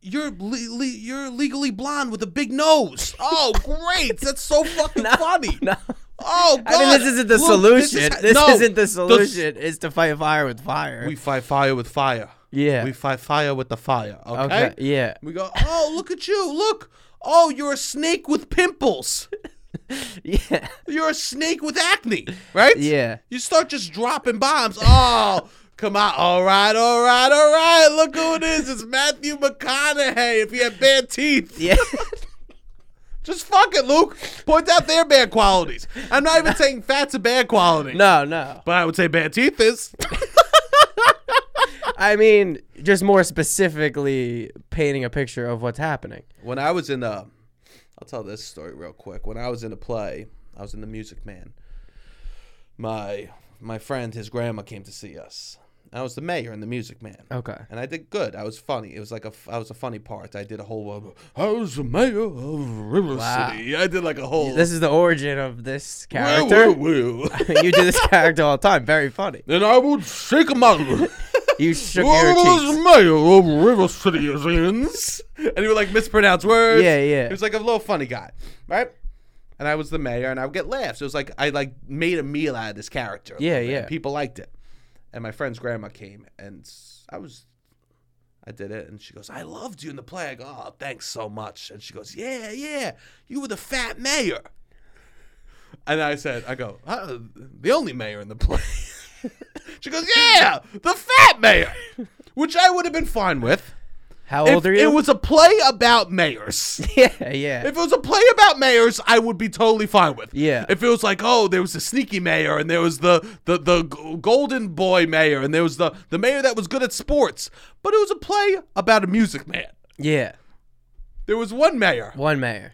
A: You're le- le- you're legally blonde with a big nose. Oh, great! That's so fucking funny.
B: No,
A: Oh, God.
B: I mean this isn't the
A: Luke, this
B: solution.
A: is
B: This,
A: ha- no,
B: isn't the solution. Is to fight fire with fire.
A: We fight fire with fire.
B: yeah.
A: We fight fire with the fire. Okay.
B: okay. Yeah.
A: We go. Oh, look at you! Look. Oh, you're a snake with pimples.
B: Yeah.
A: You're a snake with acne. Right.
B: Yeah.
A: You start just dropping bombs. Oh, come on. All right, all right, all right. Look who it is. It's Matthew McConaughey. If he had bad teeth,
B: Yeah.
A: just fuck it, Luke. Point out their bad qualities. I'm not even saying fat's a bad quality.
B: No, no.
A: But I would say bad teeth is.
B: I mean, just more specifically painting a picture of what's happening.
A: when I was in the, I'll tell this story real quick. When I was in a play, I was in the Music Man. My my friend, his grandma came to see us. I was the mayor in the Music Man.
B: Okay.
A: And I did good. I was funny. It was like a f- I was a funny part. I did a whole. Uh, I was the mayor of River
B: Wow.
A: City. I did like a whole.
B: This is the origin of this
A: Woo,
B: character.
A: woo, woo.
B: you do this character all the time. Very funny.
A: and I would shake my.
B: You shook
A: I
B: your
A: was
B: cheeks.
A: the mayor of River City, Asians. and he would like mispronounce words.
B: Yeah, yeah.
A: He was like a little funny guy, right? And I was the mayor, and I would get laughs. It was like I like made a meal out of this character. a
B: Yeah,
A: little bit,
B: yeah.
A: and people liked it, and my friend's grandma came, and s- I was, I did it, and she goes, "I loved you in the play." I go, "Oh, thanks so much." And she goes, "Yeah, yeah, you were the fat mayor." And I said, "I go, uh, the only mayor in the play." she goes, "Yeah, the fat mayor," which I would have been fine with.
B: How
A: if
B: old are Oh, you?
A: It was a play about mayors.
B: yeah, yeah.
A: If it was a play about mayors, I would be totally fine with.
B: Yeah.
A: If it was like, oh, there was a sneaky mayor, and there was the the the g- golden boy mayor, and there was the the mayor that was good at sports, but it was a play about a music man.
B: yeah.
A: There was one mayor,
B: One mayor.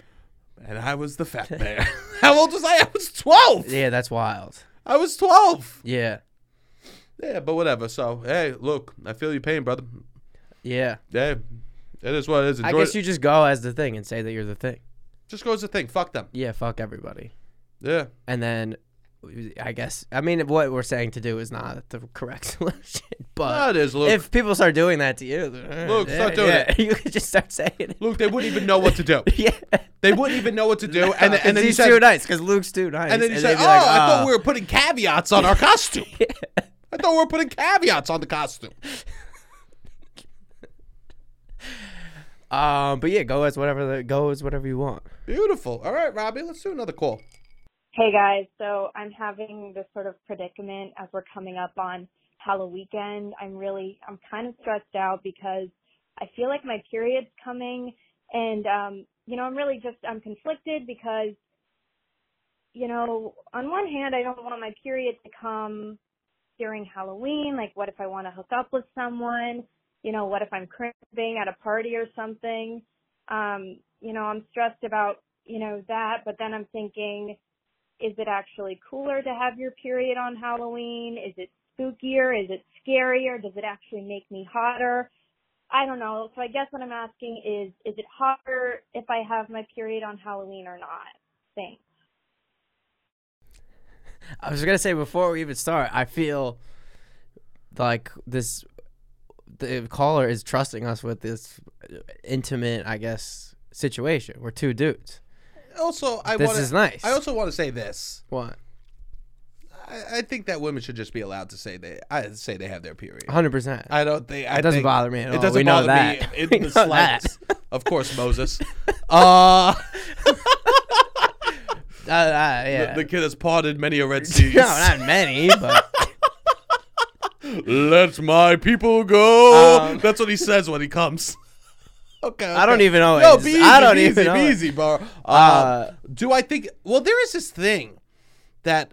A: and I was the fat mayor. How old was I? I was twelve.
B: Yeah, that's wild.
A: I was twelve.
B: Yeah.
A: Yeah, but whatever. So hey, look, I feel your pain, brother.
B: Yeah.
A: Yeah, it is what it is. Enjoy
B: I guess
A: it.
B: you just go as the thing and say that you're the thing.
A: just goes the thing. Fuck them.
B: Yeah, fuck everybody.
A: Yeah.
B: And then I guess I mean what we're saying to do is not the correct solution, but
A: No, it is, Luke.
B: Uh, If people start doing that to you, then- uh,
A: Luke, stop
B: yeah,
A: doing
B: yeah. You could just start saying it.
A: Luke, they wouldn't even know what to do.
B: Yeah.
A: They wouldn't even know what to do. And, then- and then you
B: he's
A: said,
B: too nice because Luke's too nice.
A: And then you
B: they'd
A: said,
B: be
A: "Oh,
B: like,
A: I thought
B: "Oh."
A: we were putting caveats on our costume. I thought we were putting caveats on the costume."
B: Um, but yeah, go as whatever the, go as whatever you want.
A: Beautiful. All right, Robbie, let's do another call.
D: Hey guys, so I'm having this sort of predicament as we're coming up on Halloween weekend. I'm really, I'm kind of stressed out because I feel like my period's coming and, um, you know, I'm really just, I'm conflicted because, you know, on one hand, I don't want my period to come during Halloween. Like, what if I want to hook up with someone? You know, what if I'm cramping at a party or something? Um, you know, I'm stressed about, you know, that, but then I'm thinking, is it actually cooler to have your period on Halloween? Is it spookier? Is it scarier? Does it actually make me hotter? I don't know. So I guess what I'm asking is, is it hotter if I have my period on Halloween or not? Thanks.
B: I was gonna say before we even start, I feel like this the caller is trusting us with this intimate, I guess, situation. We're two dudes.
A: Also, I
B: This
A: want
B: is nice.
A: I also want to say this.
B: What?
A: I, I think that women should just be allowed to say they. I say they have their period.
B: Hundred percent.
A: I don't think. I
B: It doesn't
A: think-
B: bother me at all.
A: It doesn't
B: We know
A: bother
B: that.
A: me in
B: We
A: the
B: know that.
A: slightest. Of course, Moses.
B: Uh, uh, yeah.
A: The kid has parted many a red sea.
B: no, not many, but
A: Let my people go.
B: Um,
A: That's what he says when he comes. okay,
B: I don't
A: okay.
B: even know.
A: No,
B: it.
A: be easy,
B: I don't
A: be
B: even
A: easy,
B: know.
A: be
B: it.
A: easy, bro. Uh,
B: Uh,
A: do I think? Well, there is this thing that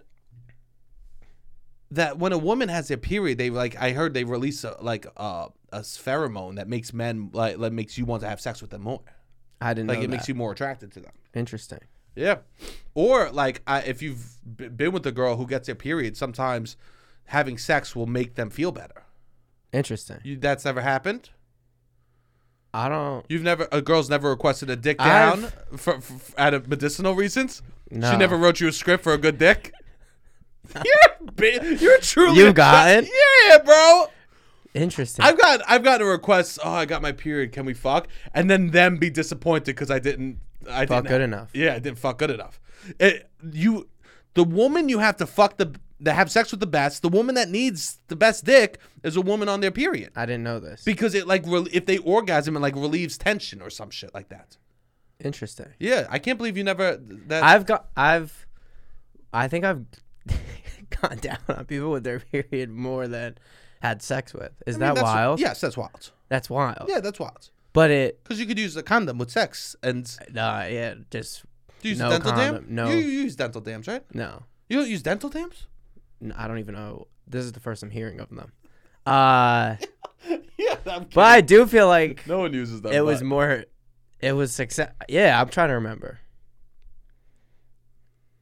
A: that when a woman has their period, they like I heard they release a, like uh, a pheromone that makes men like that makes you want to have sex with them more.
B: I didn't
A: Like
B: know
A: it makes
B: that.
A: you more attracted to them.
B: Interesting.
A: Yeah. Or like I, if you've b- been with a girl who gets their period, sometimes having sex will make them feel better.
B: Interesting.
A: You, that's never happened.
B: I don't.
A: You've never a girl's never requested a dick
B: I've-
A: down for, for out of medicinal reasons.
B: No.
A: She never wrote you a script for a good dick. you're a bi- you're truly
B: You
A: a-
B: got it.
A: Yeah, bro.
B: Interesting.
A: I've got I've gotten a request. Oh, I got my period. Can we fuck? And then them be disappointed because I didn't. I
B: Fuck
A: didn't,
B: good enough.
A: Yeah, I didn't fuck good enough. It, you, the woman you have to fuck the that have sex with the best. The woman that needs the best dick is a woman on their period
B: I didn't know this.
A: because it like rel if they orgasm it like relieves tension or some shit like that.
B: Interesting.
A: Yeah, I can't believe you never that.
B: I've got. I've. I think I've gone down on people with their period more than had sex with. Is
A: I mean,
B: that
A: that's-
B: wild?
A: Yes, that's wild.
B: That's wild.
A: Yeah, that's wild.
B: But it.
A: Because you could use a condom with sex and
B: Nah. Yeah. Just
A: do you use
B: Uh, No
A: dental dam.
B: condom, no.
A: you, you use dental dams, right?
B: no.
A: You don't use dental dams.
B: N- I don't even know. This is the first I'm hearing of them. Uh,
A: yeah, I'm
B: but I do feel like
A: No one uses that.
B: it was more. It was success. Yeah, I'm trying to remember.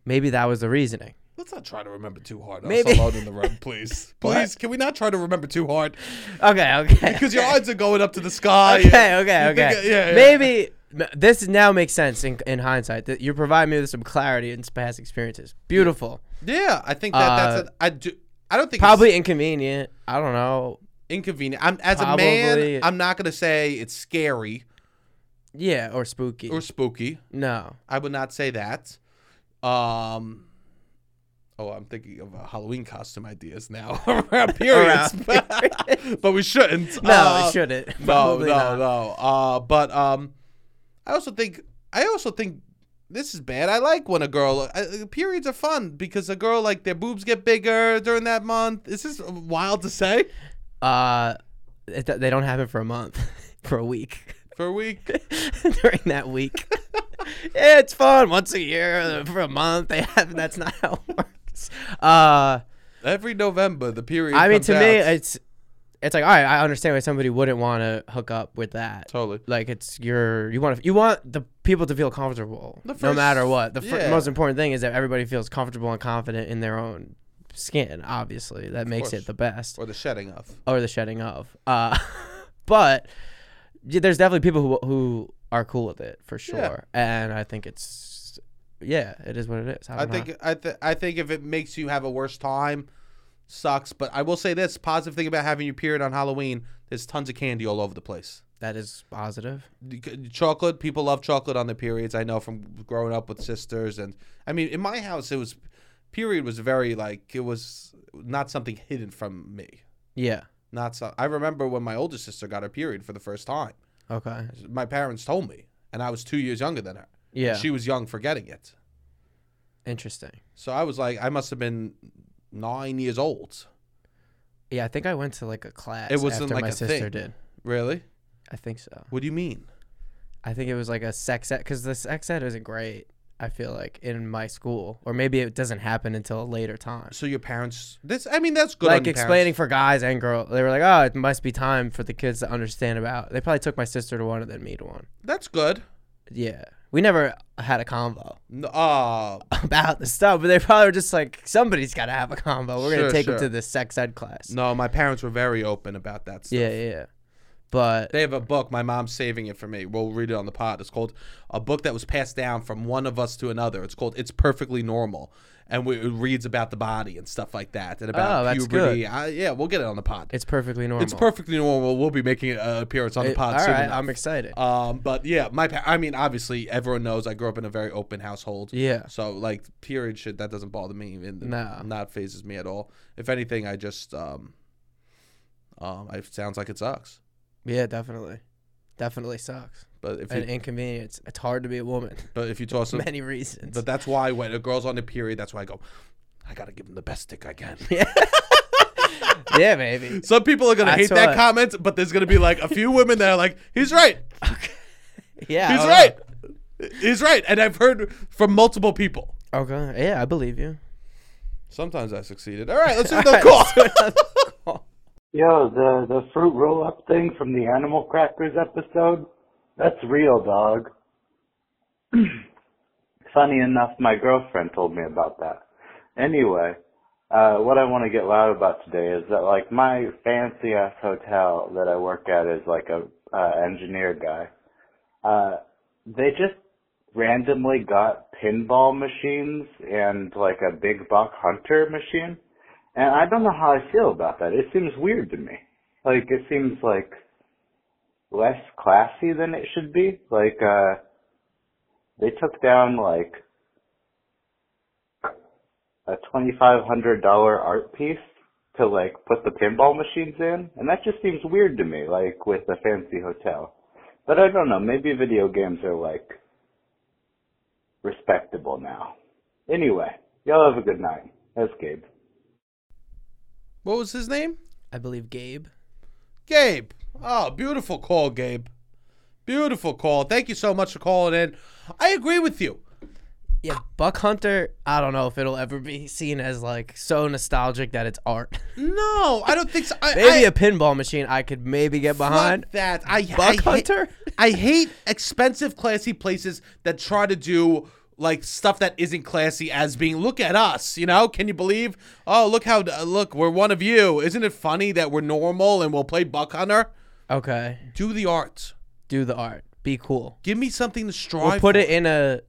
B: Maybe that was the reasoning.
A: Let's not try to remember too hard. I
B: Maybe.
A: was alone in the room, please. Please, can we not try to remember too hard?
B: Okay. Okay.
A: Because your odds are going up to the sky.
B: okay, okay,
A: You
B: okay.
A: think- yeah, yeah.
B: Maybe m- this now makes sense in, in hindsight. That you provide me with some clarity in past experiences. Beautiful.
A: Yeah, I think that that's. A, I do. I don't think
B: Uh, Probably inconvenient. I don't know.
A: it's inconvenient. I'm as a
B: Probably-
A: man. I'm not gonna say it's scary
B: Yeah, or spooky.
A: or spooky.
B: no.
A: I would not say that. Um. Oh, I'm thinking of uh, Halloween costume ideas now. around periods, but we shouldn't.
B: No,
A: Uh,
B: it shouldn't.
A: no,
B: Probably
A: no,
B: not.
A: no. Uh, but um, I also think I also think this is bad. I like when a girl uh, periods are fun because a girl like their boobs get bigger during that month. This is wild to say
B: Uh, it, th- they don't happen for a month, for a week.
A: for a week.
B: During that week, yeah, it's fun once a year uh, for a month. They have. That's not how it works. Uh,
A: Every November, the period.
B: I mean,
A: comes
B: to me,
A: out.
B: it's it's like all right. I understand why somebody wouldn't want to hook up with that.
A: totally.
B: Like it's your you want you want the people to feel comfortable
A: The
B: no
A: first-
B: matter what. The fir-
A: yeah.
B: most important thing is that everybody feels comfortable and confident in their own skin. Obviously, that makes
A: course.
B: it the best
A: Or the shedding of.
B: or the shedding of. Uh, but yeah, there's definitely people who who are cool with it for
A: Yeah.
B: sure, and I think it's yeah, it is what it is. I,
A: I
B: don't
A: think
B: know.
A: I th- I think if it makes you have a worse time, sucks. But I will say this positive thing about having your period on Halloween: there's tons of candy all over the place.
B: that is positive.
A: chocolate people love chocolate on their periods i know from growing up with sisters and i mean in my house it was period was very like it was not something hidden from me
B: Yeah.
A: not so i remember when my older sister got her period for the first time
B: Okay.
A: my parents told me and i was two years younger than her
B: Yeah.
A: she was young for getting it
B: Interesting.
A: so i was like i must have been nine years old
B: Yeah, I think I went to like a class.
A: It wasn't
B: after
A: like
B: my
A: a
B: sister
A: thing.
B: did.
A: really
B: I think so.
A: what do you mean
B: I think it was like a sex ed because the sex ed isn't great. I feel like in my school, or maybe it doesn't happen until a later time.
A: so your parents this i mean that's good on
B: like
A: your parents.
B: explaining for guys and girls, they were like, "Oh, it must be time for the kids to understand about." They probably took my sister to one and then me to one.
A: that's good
B: Yeah, we never had a convo
A: N- uh,
B: about the stuff, but they probably were just like, "Somebody's got to have a convo. We're
A: Sure,
B: gonna take
A: sure.
B: them to this sex ed class."
A: no my parents were very open about that stuff.
B: Yeah, yeah, yeah. But
A: They have a book. My mom's saving it for me. We'll read it on the pod. It's called a book that was passed down from one of us to another. It's called "It's Perfectly Normal," and we, it reads about the body and stuff like that, and about
B: Oh, that's
A: puberty.
B: good.
A: I, yeah, we'll get it on the pod. It's,
B: it's perfectly normal.
A: perfectly normal. We'll be making an appearance on the
B: It- All
A: pod soon.
B: right,
A: enough.
B: I'm excited.
A: um, but yeah, my pa- I mean, obviously, everyone knows I grew up in a very open household.
B: Yeah.
A: So like period shit that doesn't bother me and
B: No.
A: not phases me at all. If anything, I just um, um, it sounds like it sucks.
B: Yeah, definitely. Definitely sucks.
A: But if
B: an
A: you,
B: inconvenience. It's hard to be a woman.
A: but if you toss them,
B: Many reasons.
A: but that's why when a girl's on the period, that's why I go. I gotta give them the best dick I can.
B: yeah, baby.
A: Some people are gonna
B: That's
A: hate that
B: what-
A: comment, but there's gonna be like a few women that are like, "He's right.
B: Yeah.
A: He's
B: all
A: right. He's right." And I've heard from multiple people.
B: Okay. Yeah, I believe you.
A: Sometimes I succeeded. All right, let's do another call.
E: Yo, the the fruit roll up thing from the animal crackers episode, that's real, dog. Funny enough, my girlfriend told me about that. Anyway, uh, what I want to get loud about today is that like my fancy ass hotel that I work at is like a uh, engineer guy. Uh, they just randomly got pinball machines and like a big buck hunter machine. And I don't know how I feel about that. It seems weird to me. Like it seems like less classy than it should be. Like uh they took down like a twenty five hundred dollar art piece to like put the pinball machines in and that just seems weird to me, like with a fancy hotel. But I don't know, maybe video games are like respectable now. Anyway, y'all have a good night. That's Gabe.
A: what was his name?
B: I believe Gabe.
A: Gabe. Oh, beautiful call, Gabe. Beautiful call. Thank you so much for calling in. I agree with you.
B: Yeah, Buck Hunter. I don't know if it'll ever be seen as like so nostalgic that it's art.
A: No, I don't think so. I,
B: maybe
A: I,
B: a pinball machine I could maybe get
A: fuck
B: behind.
A: that. I, I
B: Buck
A: hate-
B: Hunter.
A: I hate expensive, classy places that try to do like stuff that isn't classy as being look at us you know can you believe oh look how uh, look we're one of you isn't it funny that we're normal and we'll play buck hunter
B: Okay,
A: do the arts
B: do the art. Be cool.
A: give me something to strive
B: We'll put
A: for.
B: it in a.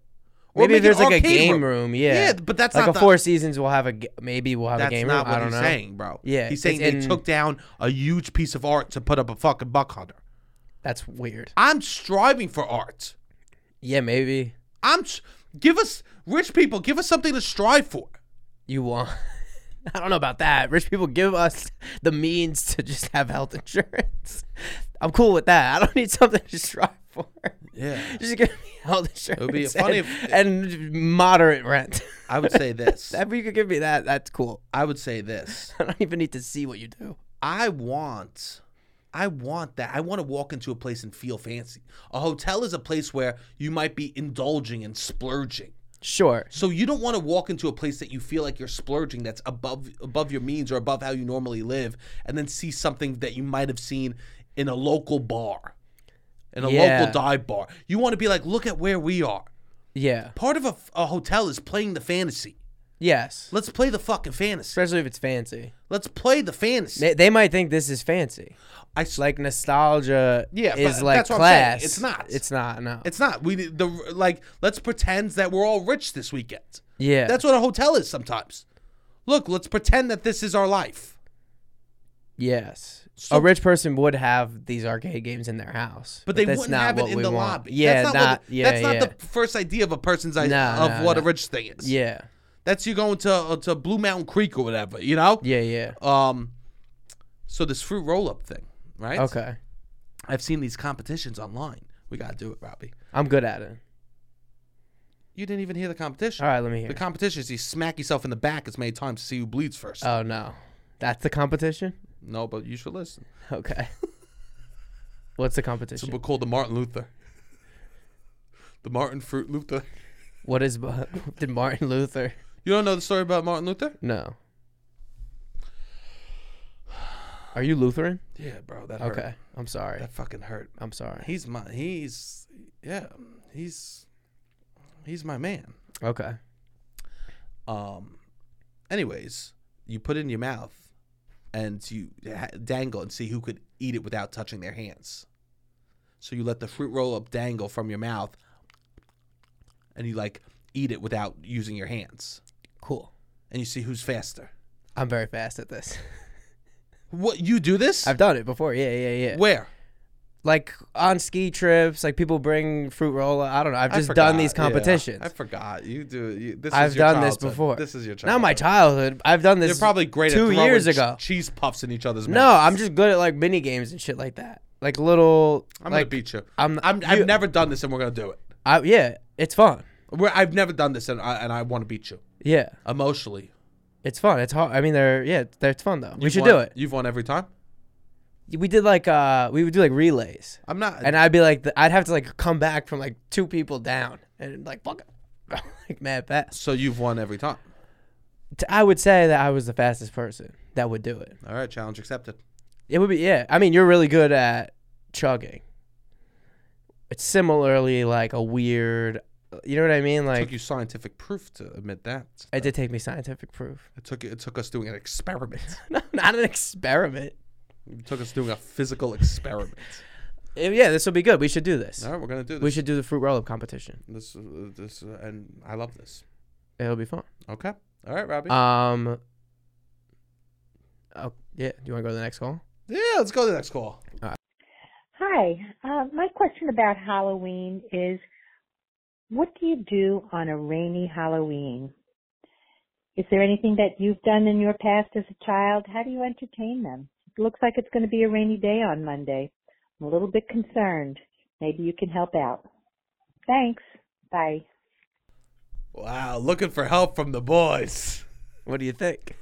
A: Or
B: Maybe
A: make
B: if there's
A: an
B: like a
A: arcade
B: game
A: room.
B: room. yeah.
A: Yeah, but that's
B: like
A: not
B: a
A: the-
B: Four Seasons. We'll have a g- maybe we'll have
A: That's
B: a game
A: not
B: room.
A: what
B: I don't
A: he's
B: know.
A: saying, bro.
B: Yeah,
A: he's saying
B: it's
A: they
B: in-
A: took down a huge piece of art to put up a fucking buck hunter.
B: That's weird.
A: I'm striving for art.
B: Yeah, maybe
A: I'm s- give us rich people give us something to strive for.
B: you want. I don't know about that. Rich people give us the means to just have health insurance. I'm cool with that. I don't need something to strive for.
A: Yeah.
B: Just give me health insurance.
A: would be
B: and-
A: funny if-
B: and moderate rent.
A: I would say this.
B: if you could give me that, that's cool.
A: I would say this.
B: I don't even need to see what you do.
A: I want I want that. I want to walk into a place and feel fancy. A hotel is a place where you might be indulging and splurging.
B: Sure.
A: So you don't want to walk into a place that you feel like you're splurging that's above above your means or above how you normally live and then see something that you might have seen in a local bar. In a
B: Yeah.
A: local dive bar. You want to be like, look at where we are.
B: Yeah.
A: Part of a, a hotel is playing the fantasy.
B: Yes.
A: Let's play the fucking fantasy.
B: Especially if it's fancy.
A: Let's play the fantasy.
B: They, they might think this is fancy.
A: I s-
B: Like nostalgia
A: Yeah, but
B: is like
A: that's what I'm saying.
B: class.
A: It's not.
B: It's not, no.
A: it's not. We the like let's pretend that we're all rich this weekend.
B: yeah.
A: That's what a hotel is sometimes. Look, let's pretend that this is our life.
B: Yes.
A: So-
B: a rich person would have these arcade games in their house,
A: But, they
B: that's
A: wouldn't
B: not
A: have
B: what
A: it in
B: we
A: the
B: want.
A: lobby.
B: Yeah,
A: that's not,
B: not
A: what,
B: yeah,
A: that's
B: yeah.
A: not the first idea of a person's idea
B: No,
A: of
B: no,
A: what a
B: no.
A: rich thing is.
B: yeah,
A: That's you going to uh, to Blue Mountain Creek or whatever, you know?
B: yeah, yeah.
A: Um so this fruit roll up thing, right?
B: Okay,
A: I've seen these competitions online. We gotta do it, Robbie.
B: I'm good at it.
A: You didn't even hear the competition.
B: All right, let me hear.
A: The
B: it.
A: competition is you smack yourself in the back as many times to see who bleeds first.
B: oh no, that's the competition.
A: no, but you should listen.
B: Okay. What's the
A: It's
B: competition?
A: what called the Martin Luther. The Martin Fruit Luther.
B: What is bu- did Martin Luther?
A: You don't know the story about Martin Luther?
B: No. Are you Lutheran?
A: Yeah, bro. That hurt.
B: Okay, I'm sorry.
A: That fucking hurt.
B: I'm sorry.
A: He's my. He's. Yeah. He's. He's my man.
B: Okay.
A: Um. Anyways, you put it in your mouth, and you ha- dangle and see who could eat it without touching their hands. So you let the fruit roll up dangle from your mouth, and you like eat it without using your hands,
B: Cool.
A: and you see who's faster.
B: I'm very fast at this.
A: What you do this?
B: I've done it before. Yeah, yeah, yeah.
A: Where?
B: like on ski trips, like people bring fruit roll. I don't know. I've
A: I
B: just
A: forgot,
B: done these
A: yeah.
B: competitions.
A: I forgot. You do. You, this
B: I've
A: is your
B: done this
A: childhood.
B: before.
A: This is your childhood.
B: Not my childhood. I've done this.
A: You're probably great.
B: two
A: at throwing
B: years
A: ch-
B: ago.
A: cheese puffs in each other's mouths.
B: No, I'm just good at like mini games and shit like that. like little.
A: I'm
B: like,
A: gonna beat you.
B: I'm-
A: I'm I've
B: you-
A: never done this, and we're gonna do it.
B: I, yeah, it's fun.
A: We're, I've never done this, and I, and I want to beat you
B: Yeah,
A: emotionally.
B: it's fun. It's hard. I mean, they're yeah, they're, it's fun though. we
A: You've
B: should
A: won-
B: do it.
A: You've won every time.
B: We did like uh, we would do like relays,
A: I'm not.
B: and I'd be like, the, I'd have to like come back from like two people down, and like fuck, it. like mad fast.
A: so you've won every time.
B: T- I would say that I was the fastest person that would do it.
A: All right, challenge accepted.
B: It would be yeah. I mean, you're really good at chugging. It's similarly like a weird, you know what I mean?
A: took
B: Like
A: you scientific proof to admit that.
B: it did take me scientific proof.
A: It took it took us doing an experiment.
B: No, not an experiment.
A: it took us doing a physical experiment.
B: Eh, Yeah, this will be good. We should do this.
A: All right, we're gonna do this.
B: We should do the fruit roll up competition.
A: this uh, this uh, and I love this.
B: It'll be fun.
A: Okay. All right, Robbie.
B: Um. Oh yeah. Do you want to go to the next call?
A: yeah, let's go to the next call.
F: Hi. Uh, my question about Halloween is what do you do on a rainy Halloween? Is there anything that you've done in your past as a child? How do you entertain them? It looks like it's going to be a rainy day on Monday. I'm a little bit concerned. Maybe you can help out. Thanks. Bye.
A: Wow, looking for help from the boys.
B: What do you think?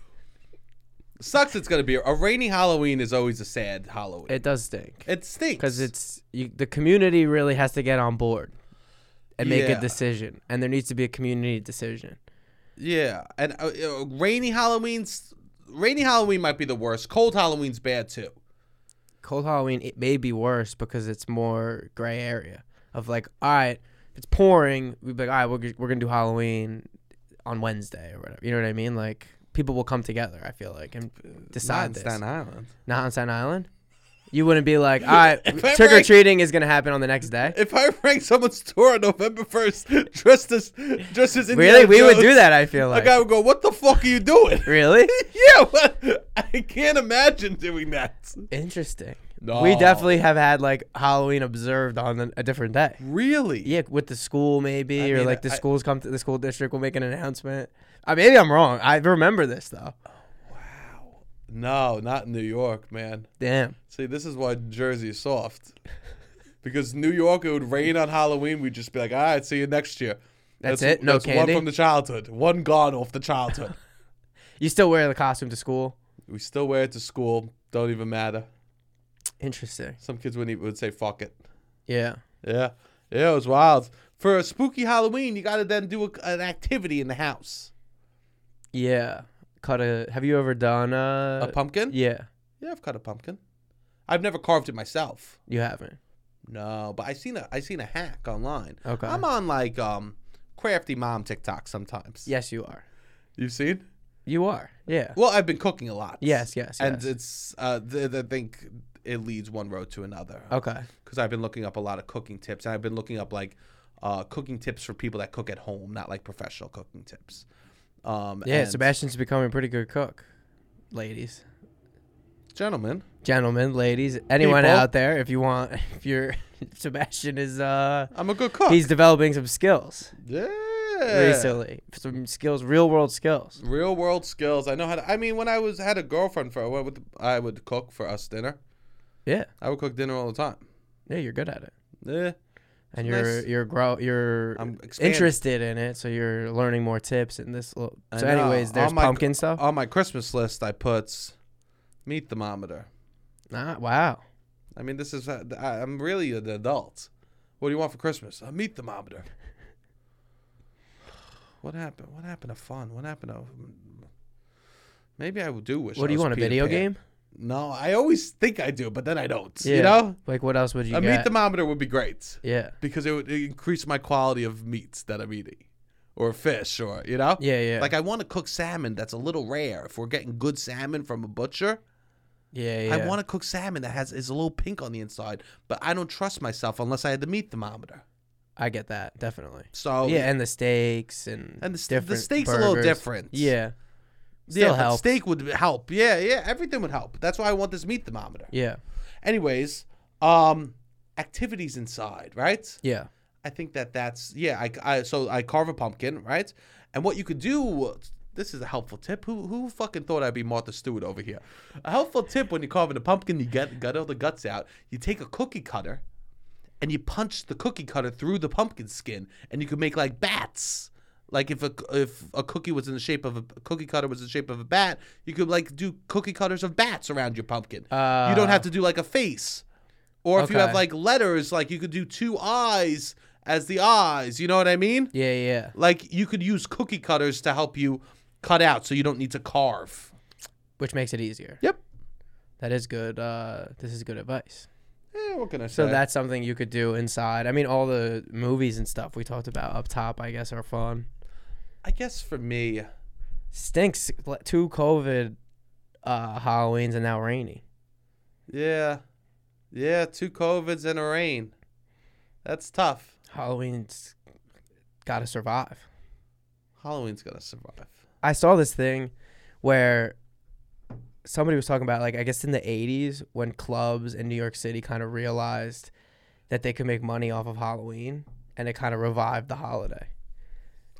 A: Sucks. It's gonna be a rainy Halloween. Is always a sad Halloween. It,
B: It does stink
A: stinks
B: because it's you, the community really has to get on board and make
A: Yeah.
B: a decision, and there needs to be a community decision.
A: yeah, and uh, uh, rainy Halloween's rainy Halloween might be the worst. Cold Halloween's bad too.
B: Cold Halloween it may be worse because it's more gray area of like, all right, if it's pouring, we'd be like, all right, we're g- we're gonna do Halloween on Wednesday or whatever. You know what I mean? Like people will come together. I feel like and decide
A: Not in
B: this.
A: Staten Island.
B: Not on Staten Island. You wouldn't be like, all right,
A: I
B: trick or
A: break-
B: treating is gonna happen on the next day.
A: If I rang someone's door on November first, dressed as dressed as Indiana
B: Really, we would do
A: Jones,
B: that. I feel
A: A
B: like.
A: guy would go, "What the fuck are you doing?"
B: Really
A: yeah, what? I can't imagine doing that.
B: interesting.
A: No.
B: We definitely have had like Halloween observed on an- a different day.
A: Really?
B: Yeah, with the school maybe, or
A: mean,
B: like the
A: I-
B: schools come to the school district will make an announcement. I maybe I'm wrong. I remember this though.
A: No, not in New York, man.
B: Damn.
A: See, this is why Jersey is soft. Because New York, it would rain on Halloween. We'd just be like, "All right, see you next year."
B: That's it? No
A: that's
B: candy?
A: One from the childhood. One gone off the childhood.
B: You still wear the costume to school?
A: we still wear it to school. Don't even matter.
B: Interesting.
A: Some kids wouldn't even would say, "Fuck it."
B: Yeah.
A: Yeah, yeah, it was wild. For a spooky Halloween, you got to then do a, an activity in the house.
B: Yeah. Cut a. Have you ever done a?
A: a pumpkin?
B: Uh, Yeah.
A: Yeah, I've cut a pumpkin. I've never carved it myself.
B: You haven't.
A: No, but I seen a I seen a hack online.
B: Okay.
A: I'm on like um crafty mom TikTok sometimes.
B: Yes, you are.
A: you've seen.
B: You are. Yeah.
A: Well, I've been cooking a lot.
B: Yes. Yes.
A: and
B: yes.
A: it's uh th- th- I think it leads one road to another.
B: okay.
A: because I've been looking up a lot of cooking tips, and I've been looking up like uh, cooking tips for people that cook at home, not like professional cooking tips. Um,
B: Yeah.
A: and-
B: Sebastian's becoming a pretty good cook. Ladies,
A: gentlemen,
B: gentlemen, ladies, anyone
A: People.
B: out there, if you want, if you're Sebastian is uh,
A: I'm a good cook.
B: he's developing some skills.
A: yeah,
B: recently. Some skills, real world skills.
A: real world skills. I know how to. I mean, when I was had a girlfriend for, I would, I would cook for us dinner.
B: Yeah,
A: I would cook dinner all the time.
B: yeah, you're good at it,
A: Yeah,
B: and
A: Nice.
B: you're you're grow you're
A: I'm expanding.
B: interested in it, so you're learning more tips and this. Little,
A: I
B: so,
A: know.
B: anyways, there's
A: On my-
B: pumpkin stuff.
A: on my Christmas list, I put meat thermometer.
B: Ah, wow,
A: I mean, this is uh, I, I'm really an adult. What do you want for Christmas? A meat thermometer. What happened? What happened to fun? What happened to? mm, Maybe I do wish.
B: what
A: I
B: do you
A: was
B: want? A
A: Peter
B: video
A: Pan.
B: game?
A: No, I always think I do, but then I don't. You know,
B: like what else would you
A: a meat
B: get?
A: thermometer would be great
B: yeah,
A: because it would increase my quality of meats that I'm eating, or fish, or you know.
B: yeah, yeah,
A: Like I want to cook salmon that's a little rare. If we're getting good salmon from a butcher,
B: yeah, yeah.
A: I want to cook salmon that has is a little pink on the inside, but I don't trust myself unless I had the meat thermometer.
B: I get that definitely.
A: So
B: yeah, and the steaks and
A: Oh, And the st- the
B: different
A: steak's a little
B: burgers.
A: different.
B: Yeah,
A: yeah,
B: still
A: but
B: help.
A: steak would help. Yeah, yeah, everything would help. That's why I want this meat thermometer.
B: yeah,
A: Anyways, um, activities inside, right?
B: yeah,
A: I think that that's yeah. I, I so I carve a pumpkin, right? And what you could do This is a helpful tip. Who who fucking thought I'd be Martha Stewart over here? A helpful tip when you're carving a pumpkin, you get gut all the guts out. You take a cookie cutter, and you punch the cookie cutter through the pumpkin skin, and you could make like bats. Like if a if a cookie was in the shape of a cookie cutter was in the shape of a bat, you could like do cookie cutters of bats around your pumpkin. you don't have to do like a face, or if you
B: okay.
A: have like letters, like you could do two eyes as the eyes. You know what I mean?
B: Yeah, yeah.
A: Like you could use cookie cutters to help you cut out, so you don't need to carve.
B: Which makes it easier.
A: Yep.
B: That is good. Uh, this is good advice.
A: Eh, what can I say?
B: So that's something you could do inside. I mean, all the movies and stuff we talked about up top, I guess, are fun.
A: I guess for me,
B: Stinks. l- Two COVID uh, Halloweens and now rainy.
A: yeah, yeah, two covids and a rain. That's tough.
B: Halloween's got to survive.
A: Halloween's gonna survive.
B: I saw this thing where somebody was talking about like I guess in the 80s when clubs in New York City kind of realized that they could make money off of Halloween and it kind of revived the holiday.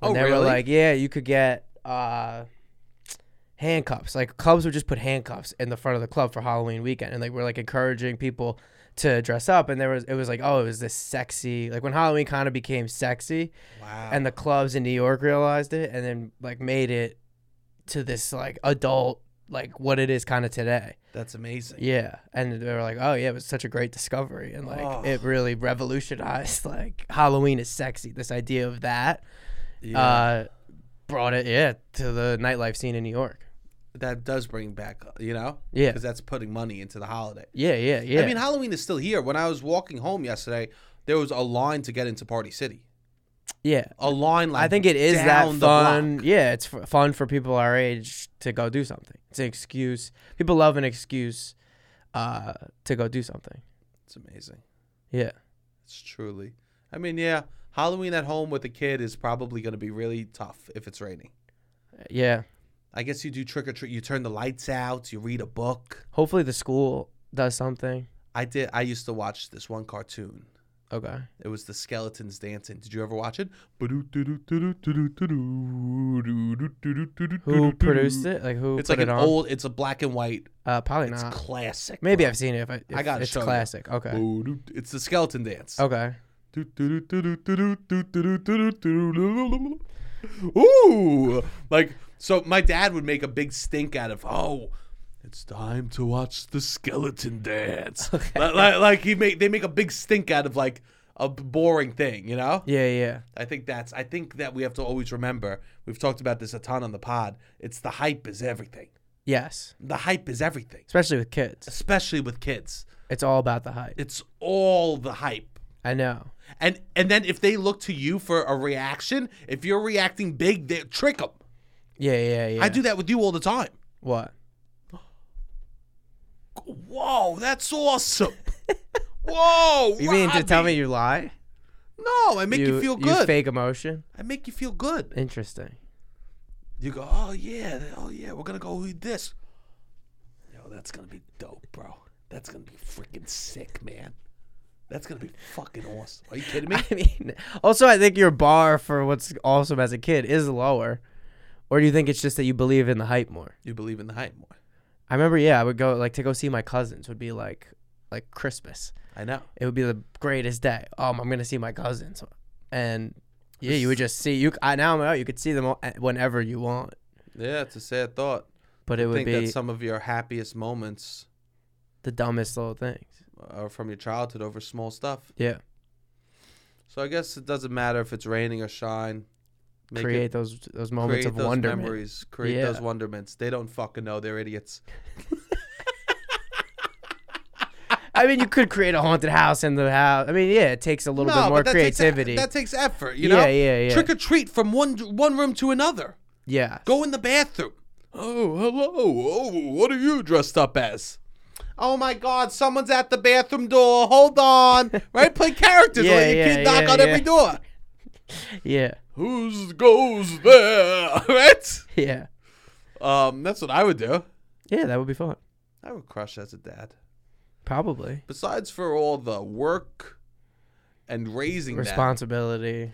B: And
A: Oh,
B: they were
A: really?
B: like, yeah, you could get uh handcuffs. Like clubs would just put handcuffs in the front of the club for Halloween weekend and like we're like encouraging people to dress up and there was it was like oh it was this sexy like when Halloween kind of became sexy
A: Wow.
B: and the clubs in New York realized it and then like made it to this like adult like what it is kind of today.
A: that's amazing.
B: Yeah. And they were like, "Oh yeah, it was such a great discovery." And like
A: Oh.
B: it really revolutionized like Halloween is sexy. This idea of that
A: Yeah.
B: uh brought it yeah to the nightlife scene in New York.
A: that does bring back, you know?
B: Yeah.
A: Because that's putting money into the holiday.
B: Yeah, yeah,
A: I
B: yeah.
A: mean, Halloween is still here. When I was walking home yesterday, there was a line to get into Party City.
B: yeah.
A: A line like
B: I think it is that
A: down the
B: fun.
A: block.
B: Yeah, it's f- fun for people our age to go do something. It's an excuse. People love an excuse uh to go do something.
A: It's amazing.
B: Yeah.
A: It's truly. I mean, yeah, Halloween at home with a kid is probably going to be really tough if it's raining.
B: Yeah.
A: I guess you do trick or treat. You turn the lights out. You read a book.
B: Hopefully the school does something.
A: I did. I used to watch this one cartoon.
B: Okay.
A: It was the skeletons dancing. Did you ever watch it? Who
B: Who produced it? Like who
A: It's
B: put
A: like
B: it
A: an
B: on?
A: old. It's a black and white.
B: uh, probably
A: It's
B: not.
A: classic.
B: Maybe I've seen it. If I, if
A: I gotta
B: it's
A: show you.
B: classic. Okay. Oh.
A: It's the skeleton dance.
B: Okay.
A: Ooh, like so. My dad would make a big stink out of oh. It's time to watch the skeleton dance. Like, like, like he make they make a big stink out of like a b- boring thing, you know.
B: Yeah, yeah.
A: I think that's. I think that we have to always remember. We've talked about this a ton on the pod. It's the hype is everything.
B: Yes.
A: The hype is everything,
B: Especially with kids.
A: especially with kids.
B: It's all about the hype.
A: It's all the hype.
B: I know.
A: And and then if they look to you for a reaction, if you're reacting big, they trick them.
B: Yeah, yeah, yeah.
A: I do that with you all the time.
B: What?
A: Whoa, that's awesome. Whoa,
B: You mean to tell me
A: Robbie.
B: you lie?
A: No, I make you, feel good.
B: fake emotion.
A: I make you feel good.
B: Interesting.
A: You go, oh yeah, oh yeah, we're gonna go with this. Yo, that's gonna be dope, bro. That's gonna be freaking sick, man. That's gonna be fucking awesome. Are you kidding me?
B: I mean, also, I think your bar for what's awesome as a kid is lower, or do you think it's just that you believe in the hype more?
A: You believe in the hype more.
B: I remember, yeah, I would go like to go see my cousins would be like like Christmas.
A: I know.
B: It would be the greatest day. Um, I'm gonna see my cousins, and yeah, you would just see you. I now I'm out. You could see them all, at- whenever you want,
A: Yeah, it's a sad thought.
B: but it
A: I
B: would
A: think
B: be
A: that some of your happiest moments
B: the dumbest little things.
A: are uh, from your childhood over small stuff.
B: Yeah,
A: So I guess it doesn't matter if it's raining or shine. Make it-
B: create those those moments
A: create
B: of
A: those
B: wonderment.
A: memories. Create
B: Yeah.
A: those wonderments. They don't fucking know. They're idiots.
B: I mean, you could create a haunted house in the house. I mean, yeah, it takes a little bit more
A: that
B: creativity.
A: Takes, e-, that takes effort, you
B: Yeah,
A: know.
B: yeah, yeah.
A: Trick or treat from one one room to another.
B: yeah,
A: Go in the bathroom. Oh, hello. Oh, what are you dressed up as? Oh my God! Someone's at the bathroom door. Hold on, right? Play characters.
B: Yeah,
A: let your
B: yeah,
A: kid knock
B: yeah,
A: on
B: yeah.
A: every door.
B: yeah,
A: Who's goes there? right?
B: yeah,
A: Um, that's what I would do.
B: yeah. That would be fun,
A: I would crush as a dad.
B: probably.
A: Besides for all the work and raising them,
B: Responsibility.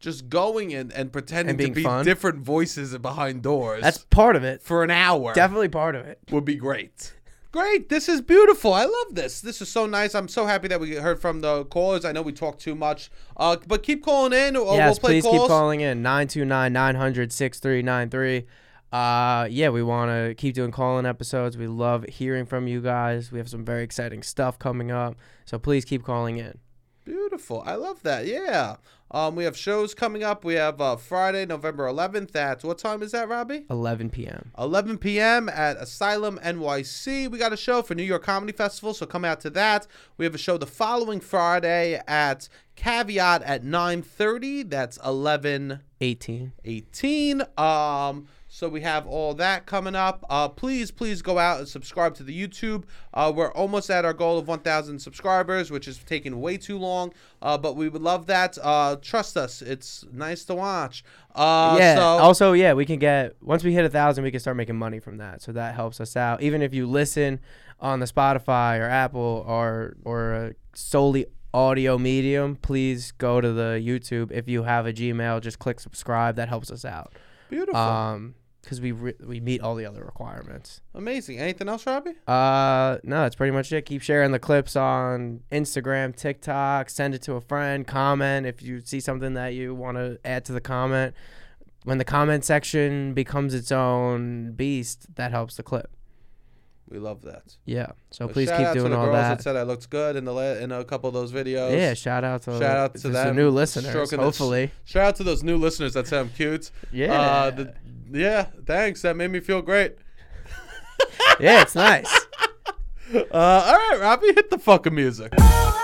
A: just going and, and pretending
B: And being
A: to be
B: fun.
A: different voices behind doors
B: That's part of it.
A: for an hour
B: Definitely part of it.
A: would be great. Great. This is beautiful. I love this. This is so nice. I'm so happy that we heard from the callers. I know we talked too much, uh, but keep calling in. Or
B: yes,
A: Oh, we'll play
B: please
A: calls.
B: keep calling in 929-900-6393. Uh, yeah, we want to keep doing call-in episodes. We love hearing from you guys. We have some very exciting stuff coming up, so please keep calling in.
A: Beautiful. I love that. Yeah. Um, we have shows coming up. We have uh, Friday, November 11th. At what time is that, Robbie?
B: 11 p.m.
A: 11 p.m. at Asylum NYC. We got a show for New York Comedy Festival, so come out to that. We have a show the following Friday at Caveat at 9:30. That's 11-
B: 18.
A: 18. Um, so we have all that coming up. Uh, please, please go out and subscribe to the YouTube. Uh, we're almost at our goal of 1,000 subscribers, which is taking way too long. Uh, but we would love that. Uh, trust us, it's nice to watch. Uh,
B: yeah.
A: So,
B: also, yeah, we can get once we hit a thousand, we can start making money from that. So that helps us out. Even if you listen on the Spotify or Apple or or a solely audio medium, please go to the YouTube. If you have a Gmail, just click subscribe. That helps us out.
A: beautiful,
B: Um, because we re- we meet all the other requirements.
A: amazing. Anything else, Robbie?
B: Uh, no, that's pretty much it. Keep sharing the clips on Instagram, TikTok. Send it to a friend. Comment if you see something that you want to add to the comment. When the comment section becomes its own beast, that helps the clip.
A: We love that.
B: Yeah. So
A: A
B: please
A: shout
B: keep
A: out to
B: doing
A: the
B: all
A: girls
B: that.
A: said I looked good in the la- in a couple of those videos.
B: yeah. Shout out to
A: Shout out to
B: just the
A: them
B: new listeners.
A: stroking the-
B: Hopefully.
A: Shout out to those new listeners that sound cute.
B: Yeah.
A: Uh, the, yeah. Thanks. That made me feel great.
B: yeah, it's nice.
A: Uh, all right, Robbie, hit the fucking music.
G: Oh,